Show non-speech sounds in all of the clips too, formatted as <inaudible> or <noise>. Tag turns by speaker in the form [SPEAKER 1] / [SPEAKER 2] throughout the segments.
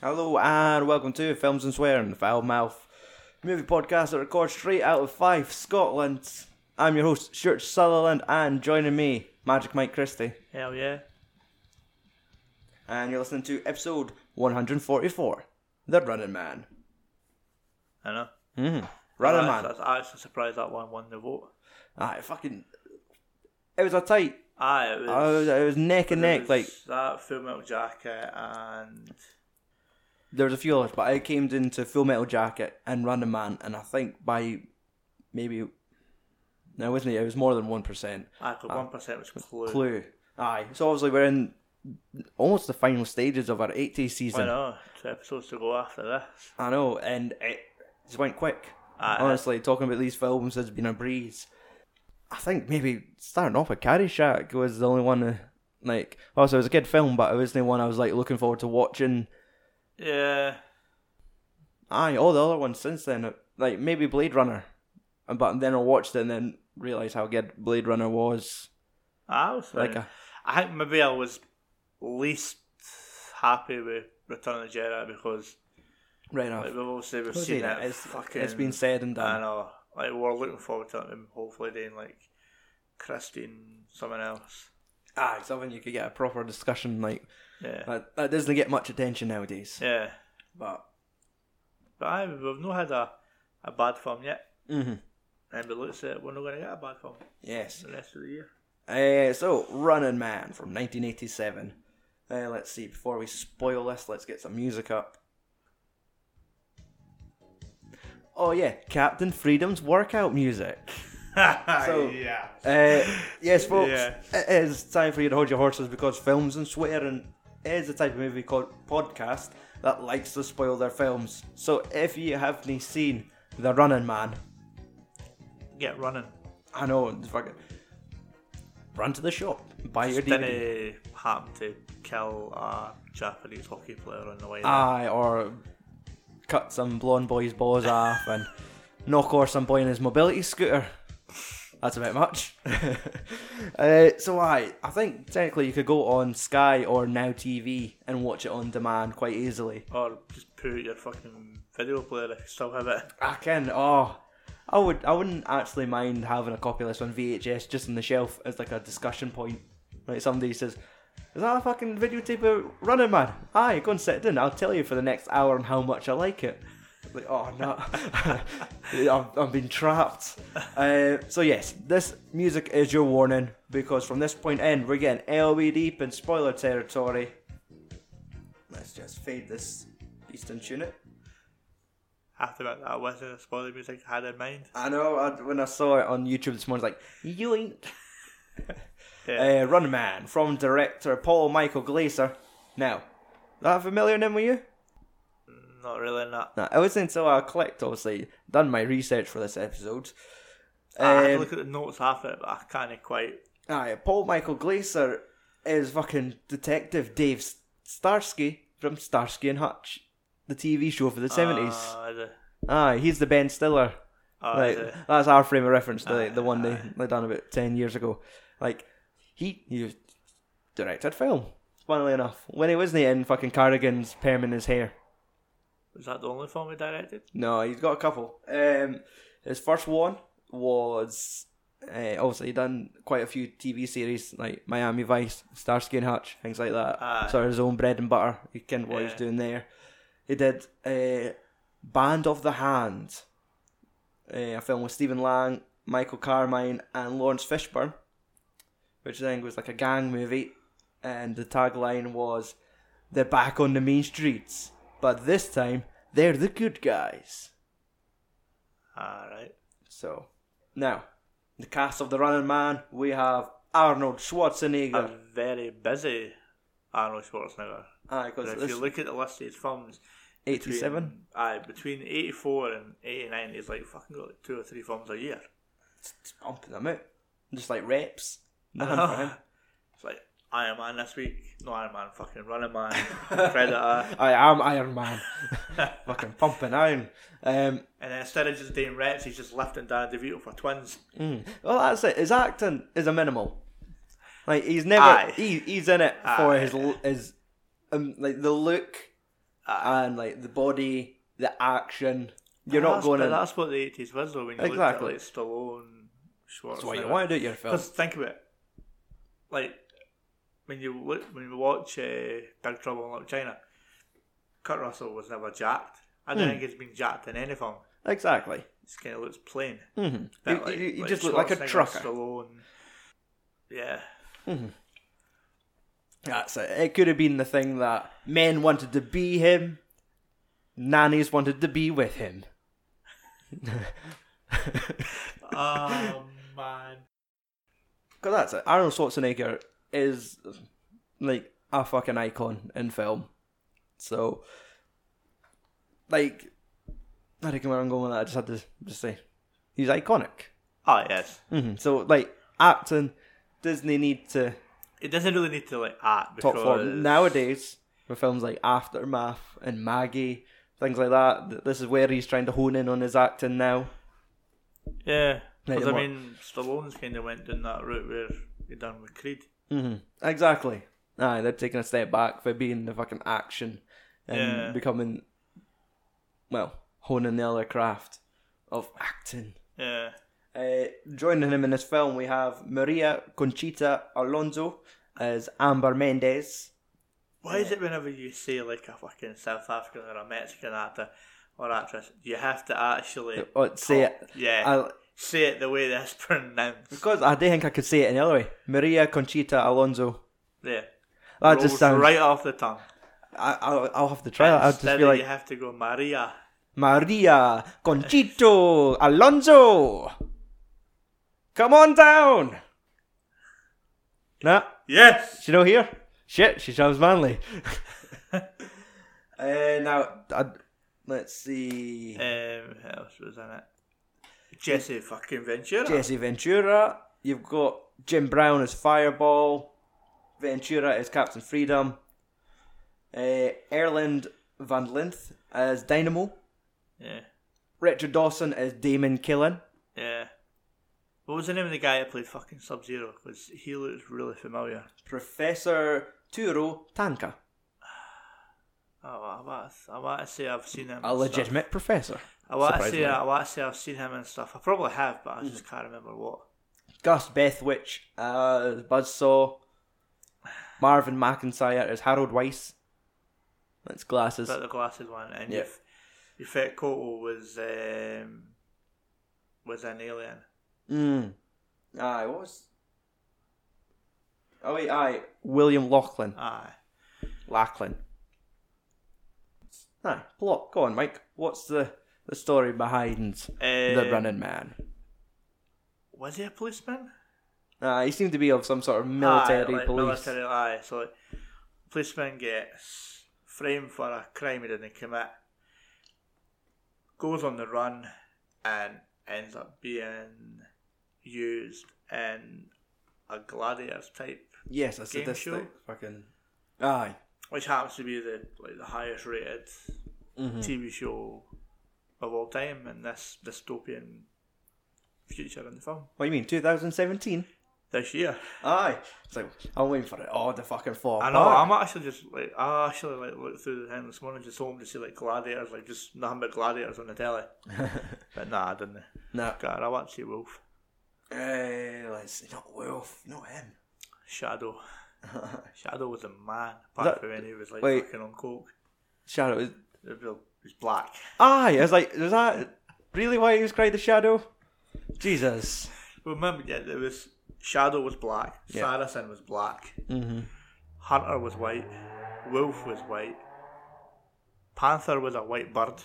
[SPEAKER 1] Hello and welcome to Films and Swearing, the Foul Mouth movie podcast that records straight out of Fife, Scotland. I'm your host, Stuart Sutherland, and joining me, Magic Mike Christie.
[SPEAKER 2] Hell yeah.
[SPEAKER 1] And you're listening to episode 144, The Running Man.
[SPEAKER 2] I know.
[SPEAKER 1] Running
[SPEAKER 2] That's-
[SPEAKER 1] Man.
[SPEAKER 2] That's actually surprised that one won the vote.
[SPEAKER 1] Ah, it fucking. It was a tight.
[SPEAKER 2] Aye, it was.
[SPEAKER 1] I was, Oh, it was neck and
[SPEAKER 2] it
[SPEAKER 1] neck.
[SPEAKER 2] was
[SPEAKER 1] Like
[SPEAKER 2] That Full Metal Jacket and.
[SPEAKER 1] there was a few others, but I came into Full Metal Jacket and Running Man, and I think by maybe. Now, with me, it was more than one percent.
[SPEAKER 2] Aye, 'cause 1% was Clue.
[SPEAKER 1] Clue. Aye. So obviously we're in almost the final stages of our 80
[SPEAKER 2] I
[SPEAKER 1] season.
[SPEAKER 2] know. Two episodes to go after this.
[SPEAKER 1] I know, and it just went quick.
[SPEAKER 2] Aye.
[SPEAKER 1] Honestly, talking about these films has been a breeze. I think maybe starting off with Caddyshack was the only one, uh, like, also it was a kid film, but it was the one I was like looking forward to watching.
[SPEAKER 2] Yeah.
[SPEAKER 1] Aye, all the other ones since then, uh, like maybe Blade Runner, And- but then I watched it and then realised how good Blade Runner was.
[SPEAKER 2] I was
[SPEAKER 1] Like
[SPEAKER 2] like
[SPEAKER 1] a-
[SPEAKER 2] I think maybe I was least happy with Return of the Jedi because
[SPEAKER 1] Right enough.
[SPEAKER 2] like, we've obviously we've
[SPEAKER 1] We've
[SPEAKER 2] seen
[SPEAKER 1] seen
[SPEAKER 2] it.
[SPEAKER 1] it. It's-
[SPEAKER 2] fucking,
[SPEAKER 1] it's been said and
[SPEAKER 2] I
[SPEAKER 1] done.
[SPEAKER 2] know. Like we're looking forward to it and hopefully doing like Christine, someone else.
[SPEAKER 1] Aye, Ah, something you could get a proper discussion, like,
[SPEAKER 2] Yeah.
[SPEAKER 1] That, that doesn't get much attention nowadays.
[SPEAKER 2] yeah.
[SPEAKER 1] But
[SPEAKER 2] But I we've not had a, a bad film yet.
[SPEAKER 1] Mhm.
[SPEAKER 2] And we looks at it, we're not going to get a bad film
[SPEAKER 1] yes.
[SPEAKER 2] the rest of the year.
[SPEAKER 1] Uh, so Running Man from 1987. Uh, let's see. Before we spoil this, let's get some music up. Oh yeah, Captain Freedom's workout music. So-
[SPEAKER 2] yeah.
[SPEAKER 1] Uh, yes, folks,
[SPEAKER 2] Yeah.
[SPEAKER 1] it is time for you to hold your horses because films and swearing is the type of movie called podcast that likes to spoil their films. So if you haven't seen The Running Man,
[SPEAKER 2] Get running.
[SPEAKER 1] I know. Fucking run to the shop, buy your DVD.
[SPEAKER 2] Didn't happen to kill a Japanese hockey player on the way. there.
[SPEAKER 1] Aye, or cut some blonde boy's balls off and knock off some boy in his mobility scooter. That's a bit much. uh, so aye, I think technically you could go on Sky or Now TV and watch it on demand quite easily.
[SPEAKER 2] Or just put your fucking video player if you still have it. <laughs>
[SPEAKER 1] I can. Oh, I would. I wouldn't actually mind having a copy of this on VHS just on the shelf as like a discussion point. Like somebody says, "Is that a fucking videotape of Running Man?" Aye, go and sit down. I'll tell you for the next hour on how much I like it. Like, oh no, <laughs> I've, I've been trapped. Uh, so yes, this music is your warning because from this point in, we're getting LB deep in spoiler territory. Let's just fade this beast and tune it.
[SPEAKER 2] Have to admit that wasn't a spoiler music I had in mind.
[SPEAKER 1] I know. I, when I saw it on YouTube this morning, I was like, yoink.
[SPEAKER 2] <laughs> Yeah.
[SPEAKER 1] Uh, Run Man from director Paul Michael Glaser. Now, that familiar name with you?
[SPEAKER 2] Not really not.
[SPEAKER 1] No, it wasn't until I clicked, obviously, done my research for this episode.
[SPEAKER 2] I had to
[SPEAKER 1] Um,
[SPEAKER 2] look at the notes after it, but I can't quite.
[SPEAKER 1] Aye, Paul Michael Glaser is fucking Detective Dave S- Starsky from Starsky and Hutch, the TV show for the 70s.
[SPEAKER 2] Uh, the,
[SPEAKER 1] Aye, he's the Ben Stiller.
[SPEAKER 2] oh,
[SPEAKER 1] like
[SPEAKER 2] the,
[SPEAKER 1] that's our frame of reference. The the one they, they done about ten years ago. Like he he directed film. Funnily enough, when he wasn't in fucking cardigans, perming his hair.
[SPEAKER 2] was that the only film we directed?
[SPEAKER 1] No, he's got a couple. Um, his first one was uh, obviously he done quite a few TV series like Miami Vice, Starsky and Hutch, things like that.
[SPEAKER 2] Aye.
[SPEAKER 1] sort of his own bread and butter. He kind what he was
[SPEAKER 2] Yeah.
[SPEAKER 1] doing there. He did uh, Band of the Hand, uh, a film with Stephen Lang, Michael Carmine, and Lawrence Fishburne, which I think was like a gang movie, and the tagline was they're back on the main streets, but this time they're the good guys.
[SPEAKER 2] Alright.
[SPEAKER 1] So, now, the cast of The Running Man, we have Arnold Schwarzenegger.
[SPEAKER 2] A very busy Arnold Schwarzenegger.
[SPEAKER 1] Aye, Ah,
[SPEAKER 2] But
[SPEAKER 1] 'cause
[SPEAKER 2] Ah, if
[SPEAKER 1] this
[SPEAKER 2] you look at the list of his films,
[SPEAKER 1] 87.
[SPEAKER 2] between- Aye, between 84 and 89, he's like fucking got like two or three films a year.
[SPEAKER 1] Just pumping them out. Just like reps. Nothing for him.
[SPEAKER 2] <laughs> It's like Iron Man this week. No Iron Man, fucking Running Man,
[SPEAKER 1] <laughs>
[SPEAKER 2] Predator.
[SPEAKER 1] I am Iron
[SPEAKER 2] <laughs>
[SPEAKER 1] Man. Fucking pumping iron. Um,
[SPEAKER 2] And then instead of just doing reps, he's just lifting Dan DeVito for twins.
[SPEAKER 1] mm. Well, that's it. His acting is a minimal. Like, he's never.
[SPEAKER 2] Aye.
[SPEAKER 1] He, he's in it for
[SPEAKER 2] Aye.
[SPEAKER 1] his. l- his um, like, the look
[SPEAKER 2] Aye.
[SPEAKER 1] and like the body, the action.
[SPEAKER 2] But
[SPEAKER 1] You're not
[SPEAKER 2] that's-
[SPEAKER 1] going
[SPEAKER 2] but
[SPEAKER 1] in.
[SPEAKER 2] That's what the eighties was though. When you
[SPEAKER 1] Exactly.
[SPEAKER 2] looked at like Stallone,
[SPEAKER 1] That's why you
[SPEAKER 2] Schwarzenegger.
[SPEAKER 1] want to do it your film.
[SPEAKER 2] Because think about it, like when you look, when you watch uh, Big Trouble in Little China, Kurt Russell was never jacked. I don't
[SPEAKER 1] Hmm.
[SPEAKER 2] think he's been jacked in any film.
[SPEAKER 1] Exactly.
[SPEAKER 2] He kind of looks plain.
[SPEAKER 1] hmm
[SPEAKER 2] Bit
[SPEAKER 1] You, you- you just look like a
[SPEAKER 2] Schwarzenegger,
[SPEAKER 1] trucker.
[SPEAKER 2] Stallone.
[SPEAKER 1] <laughs>
[SPEAKER 2] Yeah,
[SPEAKER 1] That's it. It could have been the thing that men wanted to be him, nannies wanted to be with him. <laughs>
[SPEAKER 2] oh man,
[SPEAKER 1] Because that's it. Arnold Schwarzenegger is like a fucking icon in film. So, like, I don't know where I'm going with that. I just had to just say he's iconic.
[SPEAKER 2] oh yes.
[SPEAKER 1] hmm So, like, acting, Disney need to
[SPEAKER 2] It doesn't really need to like act
[SPEAKER 1] top
[SPEAKER 2] because
[SPEAKER 1] form nowadays with films like Aftermath and Maggie, things like that. th- This is where he's trying to hone in on his acting now.
[SPEAKER 2] Yeah,
[SPEAKER 1] Like,
[SPEAKER 2] because I
[SPEAKER 1] what-
[SPEAKER 2] mean, Stallone's kind of went down that route where he done with Creed.
[SPEAKER 1] hmm Exactly. Aye, they're taking a step back for being the fucking action and
[SPEAKER 2] Yeah.
[SPEAKER 1] becoming, well, honing the other craft of acting.
[SPEAKER 2] Yeah,
[SPEAKER 1] Uh, joining him in this film, we have Maria Conchita Alonso as Amber Mendez.
[SPEAKER 2] Why is it whenever you say like a fucking South African or a Mexican actor or actress, you have to actually
[SPEAKER 1] Oh, say it.
[SPEAKER 2] yeah
[SPEAKER 1] I,
[SPEAKER 2] say it the way that's <laughs> pronounced?
[SPEAKER 1] because I don't think I could say it any other way. Maria Conchita Alonso.
[SPEAKER 2] Yeah,
[SPEAKER 1] That
[SPEAKER 2] rolls
[SPEAKER 1] just sounds.
[SPEAKER 2] right off the tongue.
[SPEAKER 1] I, I'll, I'll have to try that. I'll just
[SPEAKER 2] Instead,
[SPEAKER 1] be like
[SPEAKER 2] you have to go Maria.
[SPEAKER 1] Maria Conchito Alonso. Come on down. Nah,
[SPEAKER 2] Yes.
[SPEAKER 1] she not here. Shit, she sounds manly. <laughs> uh, now, Uh, I, let's see.
[SPEAKER 2] Um, who else was in it? Jesse fucking Ventura.
[SPEAKER 1] Jesse Ventura. You've got Jim Brown as Fireball. Ventura as Captain Freedom. Uh, Erland Van Linth as Dynamo.
[SPEAKER 2] Yeah,
[SPEAKER 1] Richard Dawson as Damon Killen.
[SPEAKER 2] yeah. What was the name of the guy that played fucking Sub Zero? Because he looks really familiar.
[SPEAKER 1] Professor Turo Tanka.
[SPEAKER 2] Oh, I want, to, I want to say I've seen him.
[SPEAKER 1] A
[SPEAKER 2] and stuff.
[SPEAKER 1] legitimate professor.
[SPEAKER 2] I want to
[SPEAKER 1] Surprisingly. Hmm.
[SPEAKER 2] say I want to say I've seen him and stuff. I probably have, but I just can't remember what.
[SPEAKER 1] Gus Bethwich as Buzzsaw. Marvin McIntyre as Harold Weiss. That's glasses.
[SPEAKER 2] But the glasses one and
[SPEAKER 1] Yeah.
[SPEAKER 2] your your fit Kotal was um, was an alien.
[SPEAKER 1] Mm. Aye, what was. Oh, wait, aye. William Lachlan.
[SPEAKER 2] Aye.
[SPEAKER 1] Lachlan. Aye, plot. Go on, Mike. What's the, the story behind the
[SPEAKER 2] Um,
[SPEAKER 1] running man?
[SPEAKER 2] Was he a policeman?
[SPEAKER 1] Aye, he seemed to be of some sort of military
[SPEAKER 2] aye, like
[SPEAKER 1] police.
[SPEAKER 2] Military, aye. So like, policeman gets framed for a crime he didn't commit, goes on the run, and ends up being used in a gladiator type
[SPEAKER 1] Yes, a
[SPEAKER 2] Game
[SPEAKER 1] sadistic
[SPEAKER 2] show?
[SPEAKER 1] fucking. Aye.
[SPEAKER 2] which happens to be the like the highest rated
[SPEAKER 1] Mm-hmm.
[SPEAKER 2] TV show of all time in this dystopian future in the film
[SPEAKER 1] What do you mean, 2017?
[SPEAKER 2] this year.
[SPEAKER 1] Aye. It's like, I'm waiting for it. Oh, the fucking fall.
[SPEAKER 2] I know.
[SPEAKER 1] apart.
[SPEAKER 2] I'm actually just like I actually like looked through the thing this morning just hoping to see like gladiators, like just nothing but gladiators on
[SPEAKER 1] <laughs>
[SPEAKER 2] the telly. but nah, I didn't.
[SPEAKER 1] No.
[SPEAKER 2] God, I want to see Wolf
[SPEAKER 1] Uh, let's see. Not Wolf. Not him. <laughs>
[SPEAKER 2] Shadow. Shadow was a man.
[SPEAKER 1] that-
[SPEAKER 2] Apart from when he was like
[SPEAKER 1] wait.
[SPEAKER 2] fucking on coke.
[SPEAKER 1] Shadow. Is...
[SPEAKER 2] He was black.
[SPEAKER 1] Aye. I was like, is that really why he was cried the Shadow? Jesus.
[SPEAKER 2] Remember, yeah, there was Shadow was black,
[SPEAKER 1] Yeah.
[SPEAKER 2] Saracen was black,
[SPEAKER 1] Mm-hmm.
[SPEAKER 2] Hunter was white, Wolf was white, Panther was a white bird,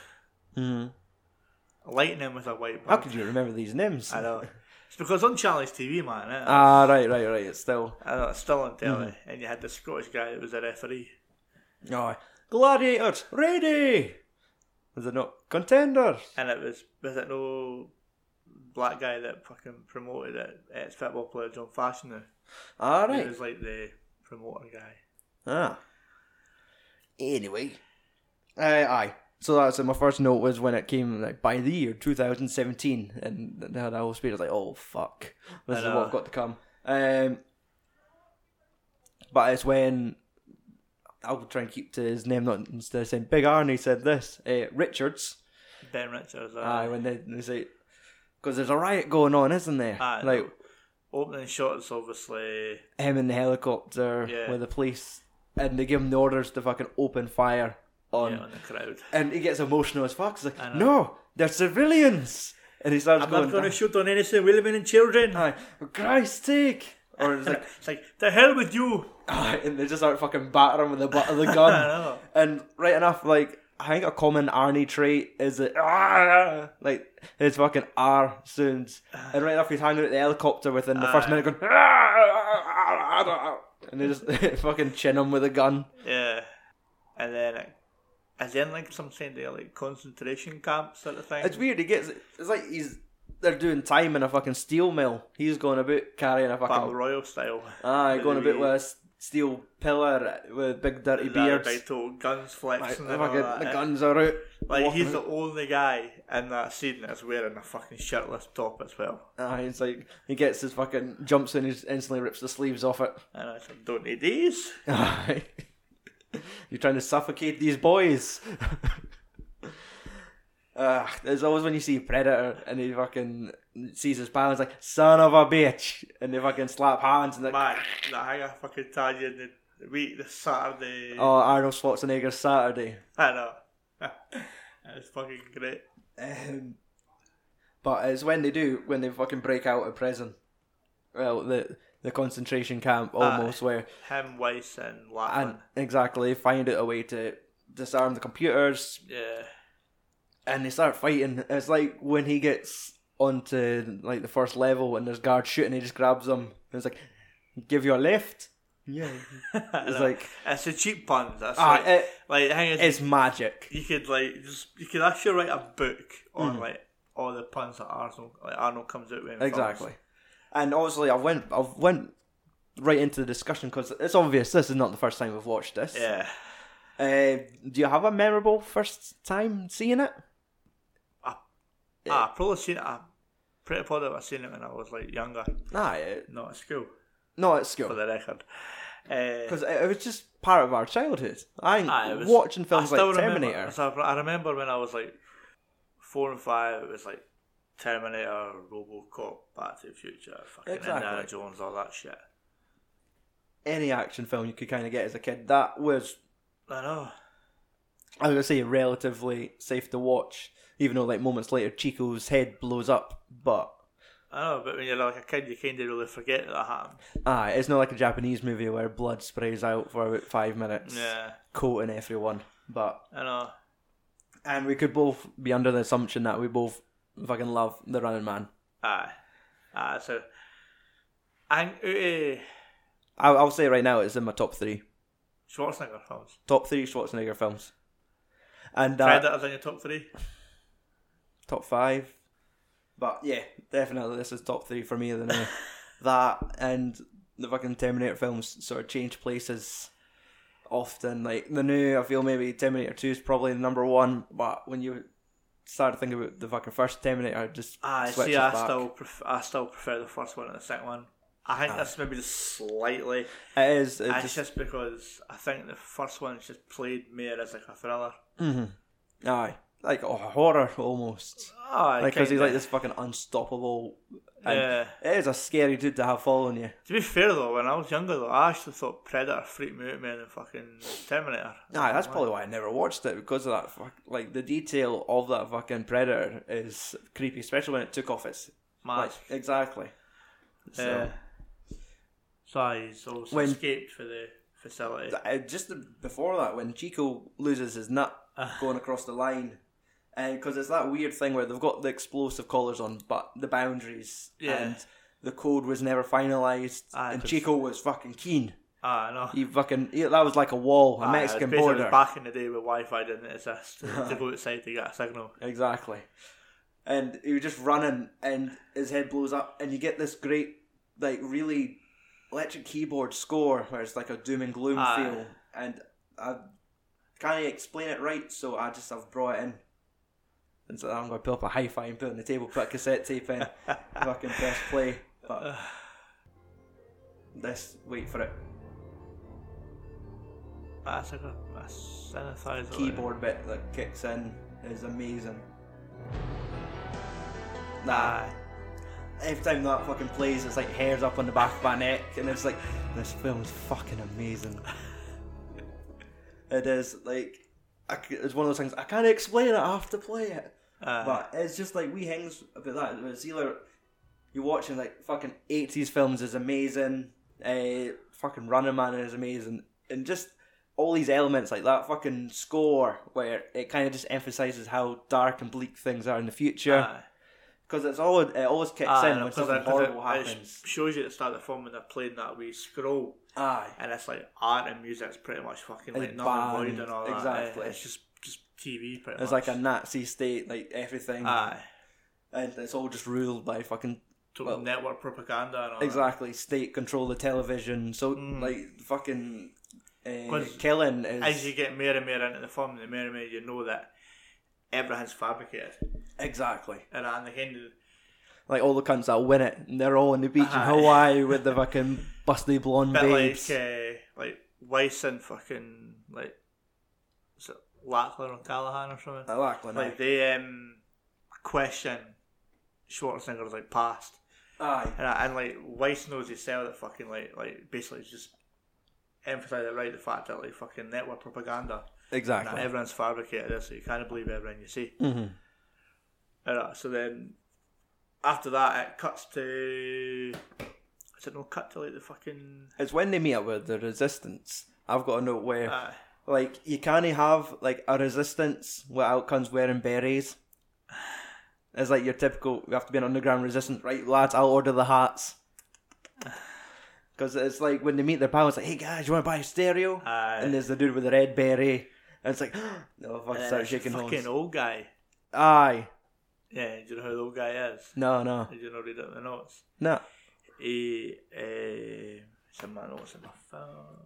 [SPEAKER 1] Mm-hmm.
[SPEAKER 2] Lightning was a white bird.
[SPEAKER 1] How could you remember these names?
[SPEAKER 2] I know. It's because on Charlie's TV, man. eh?
[SPEAKER 1] Ah, Mm-hmm. right, right, right. It's still.
[SPEAKER 2] I know, it's still on telly, and you had the Scottish guy that was a referee.
[SPEAKER 1] Aye. Gladiators, ready! Was it not? Contenders!
[SPEAKER 2] And it was, was it no black guy that fucking promoted it? It's football player John Fashion now.
[SPEAKER 1] All
[SPEAKER 2] He
[SPEAKER 1] Ah, right.
[SPEAKER 2] was like the promoter guy.
[SPEAKER 1] Ah. Anyway. Uh, aye. So that's it. My first note was when it came like by the year 2017, and they had a whole speed. I was like, "Oh fuck, this
[SPEAKER 2] I
[SPEAKER 1] is
[SPEAKER 2] know.
[SPEAKER 1] what I've got to come." Um, but it's when I'll try and keep to his name, not instead of saying Big Arnie said this. Uh, Richards.
[SPEAKER 2] Ben Richards.
[SPEAKER 1] Aye,
[SPEAKER 2] Uh,
[SPEAKER 1] when they, they say, because there's a riot going on, isn't there?
[SPEAKER 2] aye,
[SPEAKER 1] like
[SPEAKER 2] opening shots, obviously.
[SPEAKER 1] him in the helicopter
[SPEAKER 2] Yeah.
[SPEAKER 1] with the police, and they give him the orders to fucking open fire on,
[SPEAKER 2] yeah, on the crowd.
[SPEAKER 1] and he gets emotional as fuck. He's like,
[SPEAKER 2] know.
[SPEAKER 1] "No, they're civilians," and he starts
[SPEAKER 2] I'm
[SPEAKER 1] going,
[SPEAKER 2] not going to shoot on innocent women and children.
[SPEAKER 1] "Aye, for Christ's sake!" Or
[SPEAKER 2] <laughs>
[SPEAKER 1] it's like,
[SPEAKER 2] It's like, the hell with you!
[SPEAKER 1] "Aye," and they just start fucking battering with the butt
[SPEAKER 2] <laughs>
[SPEAKER 1] of the
[SPEAKER 2] I
[SPEAKER 1] gun.
[SPEAKER 2] know.
[SPEAKER 1] and right enough, like I think a common Arnie trait is that "Ah," like his fucking R sounds. And right enough, he's hanging at the helicopter within the first
[SPEAKER 2] Aye.
[SPEAKER 1] minute, going, "Ah, ah, ah, ah, ah," and they just <laughs> fucking chin him with a gun.
[SPEAKER 2] Yeah. And then, it, is then like some saying they're like concentration camps sort of thing?
[SPEAKER 1] It's weird. He gets. It's like he's. They're doing time in a fucking steel mill. He's going about carrying a
[SPEAKER 2] Battle
[SPEAKER 1] fucking.
[SPEAKER 2] Royal style.
[SPEAKER 1] Aye, Ah, going about
[SPEAKER 2] wee-
[SPEAKER 1] with a s- steel pillar with big dirty
[SPEAKER 2] That
[SPEAKER 1] beards.
[SPEAKER 2] big total guns
[SPEAKER 1] Like, the
[SPEAKER 2] flexing and all
[SPEAKER 1] fucking
[SPEAKER 2] that.
[SPEAKER 1] the guns are out.
[SPEAKER 2] Like
[SPEAKER 1] walking
[SPEAKER 2] he's the only guy in that scene that's wearing a fucking shirtless top as well.
[SPEAKER 1] Aye, it's Ah, like he gets his fucking jumps and he instantly rips the sleeves off it. <laughs>
[SPEAKER 2] And I said, "Don't need these."
[SPEAKER 1] Aye. You're trying to suffocate these boys. <laughs> Ah, there's always when you see Predator and he fucking sees his pal and he's like, son of a bitch. And they fucking slap hands and like,
[SPEAKER 2] Man, that hang a fucking tag in the week, the Saturday.
[SPEAKER 1] oh, Arnold Schwarzenegger's Saturday.
[SPEAKER 2] I know. <laughs> That's fucking great.
[SPEAKER 1] Um, but it's when they do, when they fucking break out of prison. Well, the the concentration camp almost, where
[SPEAKER 2] Him, Weiss, and
[SPEAKER 1] and
[SPEAKER 2] Laughlin.
[SPEAKER 1] exactly find out a way to disarm the computers,
[SPEAKER 2] Yeah.
[SPEAKER 1] and they start fighting. It's like when he gets onto like the first level and there's guards shooting, he just grabs them and it's like, "Give your left." Yeah,
[SPEAKER 2] <laughs> I
[SPEAKER 1] it's
[SPEAKER 2] know.
[SPEAKER 1] like
[SPEAKER 2] it's a cheap pun. That's
[SPEAKER 1] ah,
[SPEAKER 2] like,
[SPEAKER 1] it,
[SPEAKER 2] like the thing is,
[SPEAKER 1] it's magic.
[SPEAKER 2] you could like just you could actually write a book on
[SPEAKER 1] Mm.
[SPEAKER 2] like all the puns that Arnold like Arnold comes out with. in films.
[SPEAKER 1] Exactly. And obviously, I went, I went right into the discussion because it's obvious this is not the first time we've watched this.
[SPEAKER 2] Yeah.
[SPEAKER 1] Uh, do you have a memorable first time seeing it?
[SPEAKER 2] Ah, I've probably seen it. I'm pretty positive I seen it when I was like younger,
[SPEAKER 1] Nah, it,
[SPEAKER 2] not at school,
[SPEAKER 1] no, it's
[SPEAKER 2] for
[SPEAKER 1] good
[SPEAKER 2] the record. Uh,
[SPEAKER 1] because it, it was just part of our childhood. I think
[SPEAKER 2] aye, Ah, it was-
[SPEAKER 1] watching films
[SPEAKER 2] I
[SPEAKER 1] like
[SPEAKER 2] still
[SPEAKER 1] Terminator.
[SPEAKER 2] Remember, so I I remember when I was like four and five, it was like Terminator, Robocop, Back to the Future, fucking Indiana
[SPEAKER 1] Exactly.
[SPEAKER 2] Jones, all that shit.
[SPEAKER 1] Any action film you could kind of get as a kid that was,
[SPEAKER 2] I know.
[SPEAKER 1] I was gonna say, relatively safe to watch. Even though, like moments later, Chico's head blows up, but
[SPEAKER 2] I know, Oh, but when you're like a kid, you kind of really forget that happened.
[SPEAKER 1] ah, it's not like a Japanese movie where blood sprays out for about five minutes.
[SPEAKER 2] Yeah,
[SPEAKER 1] coating everyone. But
[SPEAKER 2] I know.
[SPEAKER 1] and we could both be under the assumption that we both fucking love the Running Man.
[SPEAKER 2] Aye. Aye, so. And uh,
[SPEAKER 1] I, I'll say right now, it's in my top three,
[SPEAKER 2] Schwarzenegger films.
[SPEAKER 1] top three Schwarzenegger films, and uh,
[SPEAKER 2] Predator's in your top three?
[SPEAKER 1] top five. But yeah, definitely this is top three for me. Than
[SPEAKER 2] <laughs>
[SPEAKER 1] uh, that and the fucking Terminator films sort of change places often. Like the new, I feel maybe Terminator Two is probably the number one, but when you start to think about the fucking first Terminator, it just
[SPEAKER 2] Aye,
[SPEAKER 1] switches
[SPEAKER 2] see, Ah, I
[SPEAKER 1] back.
[SPEAKER 2] still, pref- I still prefer the first one and the second one. I think that's maybe just slightly.
[SPEAKER 1] it is. It
[SPEAKER 2] It's
[SPEAKER 1] just,
[SPEAKER 2] just, because I think the first one's just played more as like a thriller.
[SPEAKER 1] Aye. Like a horror almost.
[SPEAKER 2] Aye,
[SPEAKER 1] Like, because he's like
[SPEAKER 2] Oh, kinda.
[SPEAKER 1] this fucking unstoppable. And
[SPEAKER 2] Yeah.
[SPEAKER 1] It is a scary dude to have following you.
[SPEAKER 2] To be fair though, when I was younger though, I actually thought Predator freaked me out more than fucking Terminator.
[SPEAKER 1] Aye, that's probably why I never watched it because of that. Fuck, like, the detail of that fucking predator is creepy, especially when it took off its. Like,
[SPEAKER 2] Mask.
[SPEAKER 1] exactly. So.
[SPEAKER 2] Yeah. So aye, he's Uh, also
[SPEAKER 1] When-
[SPEAKER 2] escaped for the facility.
[SPEAKER 1] Uh, just before that, when Chico loses his nut
[SPEAKER 2] Ah.
[SPEAKER 1] going across the line, and because it's that weird thing where they've got the explosive collars on, but the boundaries
[SPEAKER 2] Yeah.
[SPEAKER 1] and the code was never finalized,
[SPEAKER 2] Aye,
[SPEAKER 1] and
[SPEAKER 2] 'cause-
[SPEAKER 1] Chico was fucking keen.
[SPEAKER 2] Ah, no.
[SPEAKER 1] He fucking he, that was like a wall, a
[SPEAKER 2] Aye,
[SPEAKER 1] Mexican
[SPEAKER 2] Ah, basically
[SPEAKER 1] border,
[SPEAKER 2] Back in the day, where Wi-Fi didn't
[SPEAKER 1] <laughs>
[SPEAKER 2] exist, to go outside to get a signal. <laughs>
[SPEAKER 1] exactly. And he was just running, and his head blows up, and you get this great, like really electric keyboard score where it's like a doom and gloom
[SPEAKER 2] Aye.
[SPEAKER 1] feel, and I can't explain it right, so I just have brought it in. And so I'm gonna pull up a hi-fi and put it on the table, put a cassette tape
[SPEAKER 2] <laughs>
[SPEAKER 1] in,
[SPEAKER 2] Ah,
[SPEAKER 1] fucking press play. But this, wait for it.
[SPEAKER 2] a, syca- a synthesizer.
[SPEAKER 1] keyboard bit that kicks in is amazing. Nah,
[SPEAKER 2] Aye.
[SPEAKER 1] every time that fucking plays, it's like hairs up on the back of my neck, and it's like this film's fucking amazing. <laughs> it is like I c it's one of those things I can't explain it. I have to play it,
[SPEAKER 2] Aye.
[SPEAKER 1] but it's just like we hangs about that. It's either you're watching like fucking eighties films is amazing, uh, fucking Running Man is amazing, and just all these elements like that fucking score where it kind of just emphasizes how dark and bleak things are in the future
[SPEAKER 2] Aye.
[SPEAKER 1] because it's all it always kicks
[SPEAKER 2] Aye,
[SPEAKER 1] in
[SPEAKER 2] and
[SPEAKER 1] when
[SPEAKER 2] because
[SPEAKER 1] something
[SPEAKER 2] it- Ah. 'cause
[SPEAKER 1] horrible
[SPEAKER 2] it- it
[SPEAKER 1] happens.
[SPEAKER 2] sh- shows you at the start of the film when they're playing that wee scroll,
[SPEAKER 1] Aye,
[SPEAKER 2] and it's like art and music's pretty much fucking like
[SPEAKER 1] It's
[SPEAKER 2] nothing
[SPEAKER 1] banned,
[SPEAKER 2] loud and all that.
[SPEAKER 1] exactly.
[SPEAKER 2] eh, It's just just TV pretty
[SPEAKER 1] it's
[SPEAKER 2] much. Ah,
[SPEAKER 1] like a Nazi state, like everything,
[SPEAKER 2] aye
[SPEAKER 1] and it's all just ruled by fucking
[SPEAKER 2] total
[SPEAKER 1] well,
[SPEAKER 2] network propaganda and all
[SPEAKER 1] exactly state control the television. So
[SPEAKER 2] Mm.
[SPEAKER 1] like fucking uh,
[SPEAKER 2] 'Cause
[SPEAKER 1] killing
[SPEAKER 2] that. As
[SPEAKER 1] is
[SPEAKER 2] you get more and more into the film, the more and more you know that everything's fabricated,
[SPEAKER 1] exactly
[SPEAKER 2] and at the end, of,
[SPEAKER 1] like all the cunts that win it, and they're all on the beach
[SPEAKER 2] Aye.
[SPEAKER 1] in Hawaii with the fucking busty blonde
[SPEAKER 2] bit
[SPEAKER 1] babes.
[SPEAKER 2] like uh, like Weiss and fucking like is it Lachlan or Callahan or something.
[SPEAKER 1] I like when I-
[SPEAKER 2] like they um question Schwarzenegger's like past.
[SPEAKER 1] Aye,
[SPEAKER 2] And, I- and like Weiss knows himself that fucking like like basically it's just emphasise it right the fact that like fucking network propaganda and that
[SPEAKER 1] exactly.
[SPEAKER 2] everyone's fabricated this so you can't believe everything you see.
[SPEAKER 1] Mhm.
[SPEAKER 2] And, uh, so then after that it cuts to is it no cut to like the fucking
[SPEAKER 1] It's when they meet up with the resistance. I've got a note where
[SPEAKER 2] uh,
[SPEAKER 1] like you can't have like a resistance without cunts wearing berets. It's like your typical. We have to be an underground resistance, right, lads? I'll order the hats. Because it's like when they meet their pals, like, hey guys, you want to buy a stereo?
[SPEAKER 2] Aye.
[SPEAKER 1] and there's the dude with the red beret, and it's like, <gasps> no, fuck,
[SPEAKER 2] uh, and then
[SPEAKER 1] start
[SPEAKER 2] it's the
[SPEAKER 1] shaking
[SPEAKER 2] fucking
[SPEAKER 1] hands.
[SPEAKER 2] old guy.
[SPEAKER 1] Aye,
[SPEAKER 2] Yeah, do you know who the old guy is?
[SPEAKER 1] no, no,
[SPEAKER 2] Did you not read it in the notes?
[SPEAKER 1] no.
[SPEAKER 2] he uh, it's in my notes in my phone.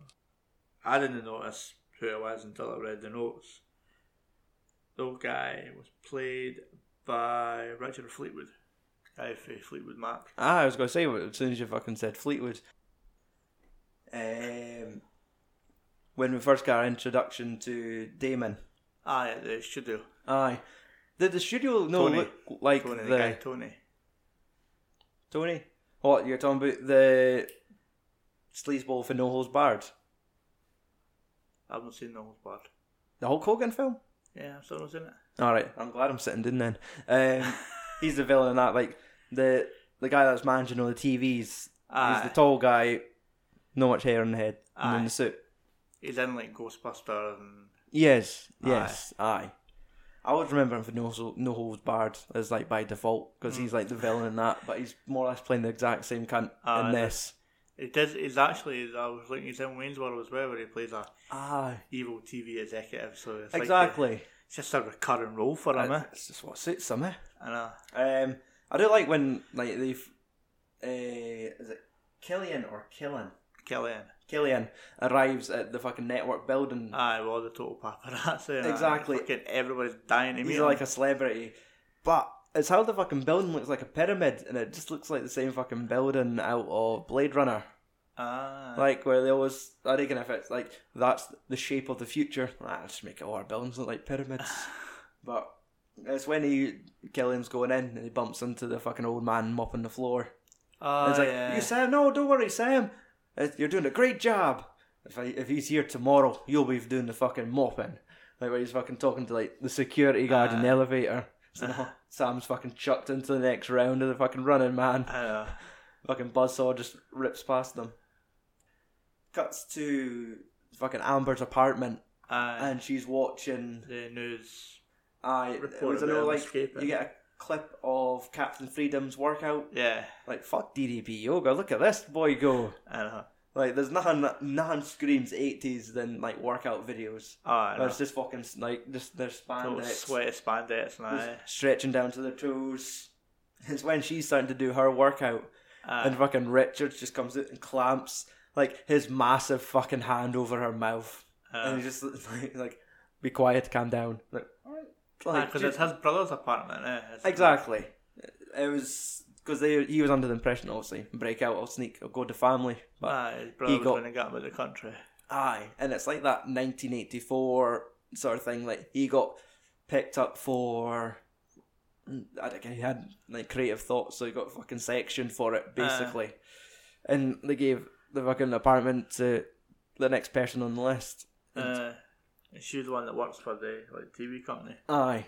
[SPEAKER 2] I didn't notice who it was until I read the notes. The old guy was played by Richard Fleetwood, guy for Fleetwood Mac.
[SPEAKER 1] Ah, I was gonna say as soon as you fucking said Fleetwood. Um, when we first got our introduction to Damon.
[SPEAKER 2] Ah, yeah, the studio.
[SPEAKER 1] Aye. Did the studio no
[SPEAKER 2] Tony.
[SPEAKER 1] look like
[SPEAKER 2] Tony,
[SPEAKER 1] the,
[SPEAKER 2] the guy Tony.
[SPEAKER 1] Tony? What you're talking about the sleazeball for No Holes Barred,
[SPEAKER 2] I haven't seen the whole part.
[SPEAKER 1] the Hulk Hogan film.
[SPEAKER 2] Yeah, I've still not seen it.
[SPEAKER 1] All right, I'm glad I'm sitting in then.
[SPEAKER 2] <laughs>
[SPEAKER 1] Um, he's the villain in that. Like the the guy that's managing all the TVs.
[SPEAKER 2] Aye.
[SPEAKER 1] He's the tall guy, no much hair on the head, and in
[SPEAKER 2] Aye.
[SPEAKER 1] the suit.
[SPEAKER 2] He's in like Ghostbusters and
[SPEAKER 1] Yes, yes, aye. I always remember him for No, Hol- no Holes Barred as like by default because he's like the villain in that, but he's more or less playing the exact same cunt
[SPEAKER 2] Mm. Aye.
[SPEAKER 1] in this.
[SPEAKER 2] he does. He's actually. I was looking. He's in Wayne's World as well, where he plays a
[SPEAKER 1] Aye.
[SPEAKER 2] evil TV executive. So it's Like the-
[SPEAKER 1] exactly.
[SPEAKER 2] it's just a recurring role for him. eh? uh,
[SPEAKER 1] That's just what suits them, eh?
[SPEAKER 2] I know.
[SPEAKER 1] Um, I do like when like they've uh, is it Killian or Killian?
[SPEAKER 2] Killian.
[SPEAKER 1] Killian arrives at the fucking network building.
[SPEAKER 2] Aye, well, the total paparazzi. <laughs> and uh,
[SPEAKER 1] Exactly.
[SPEAKER 2] Fucking everybody's dying to meet
[SPEAKER 1] He's
[SPEAKER 2] him.
[SPEAKER 1] like a celebrity, but it's how the fucking building looks like a pyramid, and it just looks like the same fucking building out of Blade Runner.
[SPEAKER 2] ah,
[SPEAKER 1] Like where they always, I reckon if it's like that's the shape of the future, ah, just make it all our buildings look like
[SPEAKER 2] <sighs>
[SPEAKER 1] pyramids. but it's when he Killian's going in and he bumps into the fucking old man mopping the floor.
[SPEAKER 2] oh,
[SPEAKER 1] it's like,
[SPEAKER 2] yeah.
[SPEAKER 1] you Sam, no, don't worry, Sam. Uh, You're doing a great job. If, I, if he's here tomorrow, you'll be doing the fucking mopping. Like where he's fucking talking to like the security guard
[SPEAKER 2] Ah.
[SPEAKER 1] in the elevator. So
[SPEAKER 2] <laughs>
[SPEAKER 1] now Sam's fucking chucked into the next round of the fucking running man.
[SPEAKER 2] I know.
[SPEAKER 1] Fucking buzzsaw just rips past them. Cuts to fucking Amber's apartment
[SPEAKER 2] Aye.
[SPEAKER 1] and she's watching.
[SPEAKER 2] Ah, the news.
[SPEAKER 1] I it
[SPEAKER 2] Report
[SPEAKER 1] was an
[SPEAKER 2] about
[SPEAKER 1] old,
[SPEAKER 2] him
[SPEAKER 1] like
[SPEAKER 2] escaping.
[SPEAKER 1] you get a clip of Captain Freedom's workout.
[SPEAKER 2] Yeah,
[SPEAKER 1] Like fuck DDP yoga. Look at this boy go.
[SPEAKER 2] I know.
[SPEAKER 1] Like, there's nothing, nothing screams eighties than like workout videos.
[SPEAKER 2] Oh, I know.
[SPEAKER 1] There's just fucking like just their
[SPEAKER 2] Total
[SPEAKER 1] spandex
[SPEAKER 2] sweaty spandex and
[SPEAKER 1] just
[SPEAKER 2] aye.
[SPEAKER 1] stretching down to their toes. <laughs> It's when she's starting to do her workout,
[SPEAKER 2] Aye.
[SPEAKER 1] and fucking Richards just comes out and clamps like his massive fucking hand over her mouth, and
[SPEAKER 2] Aye.
[SPEAKER 1] he's just <laughs> like, like, "Be quiet, calm down." Like,
[SPEAKER 2] Aye,
[SPEAKER 1] like,
[SPEAKER 2] Ah, 'cause it's his brother's apartment, eh? It's-
[SPEAKER 1] exactly. It was because they he was under the impression obviously break out, I'll sneak, I'll go to family, but
[SPEAKER 2] Aye, his brother
[SPEAKER 1] He
[SPEAKER 2] was
[SPEAKER 1] got-
[SPEAKER 2] when he got him out of the country.
[SPEAKER 1] Aye, and it's like that 1984 sort of thing. Like he got picked up for, mm, I don't know, he had like creative thoughts, so he got fucking sectioned for it basically, and they gave the fucking apartment to the next person on the list.
[SPEAKER 2] Uh, and she was the one that works for the like TV company.
[SPEAKER 1] Aye,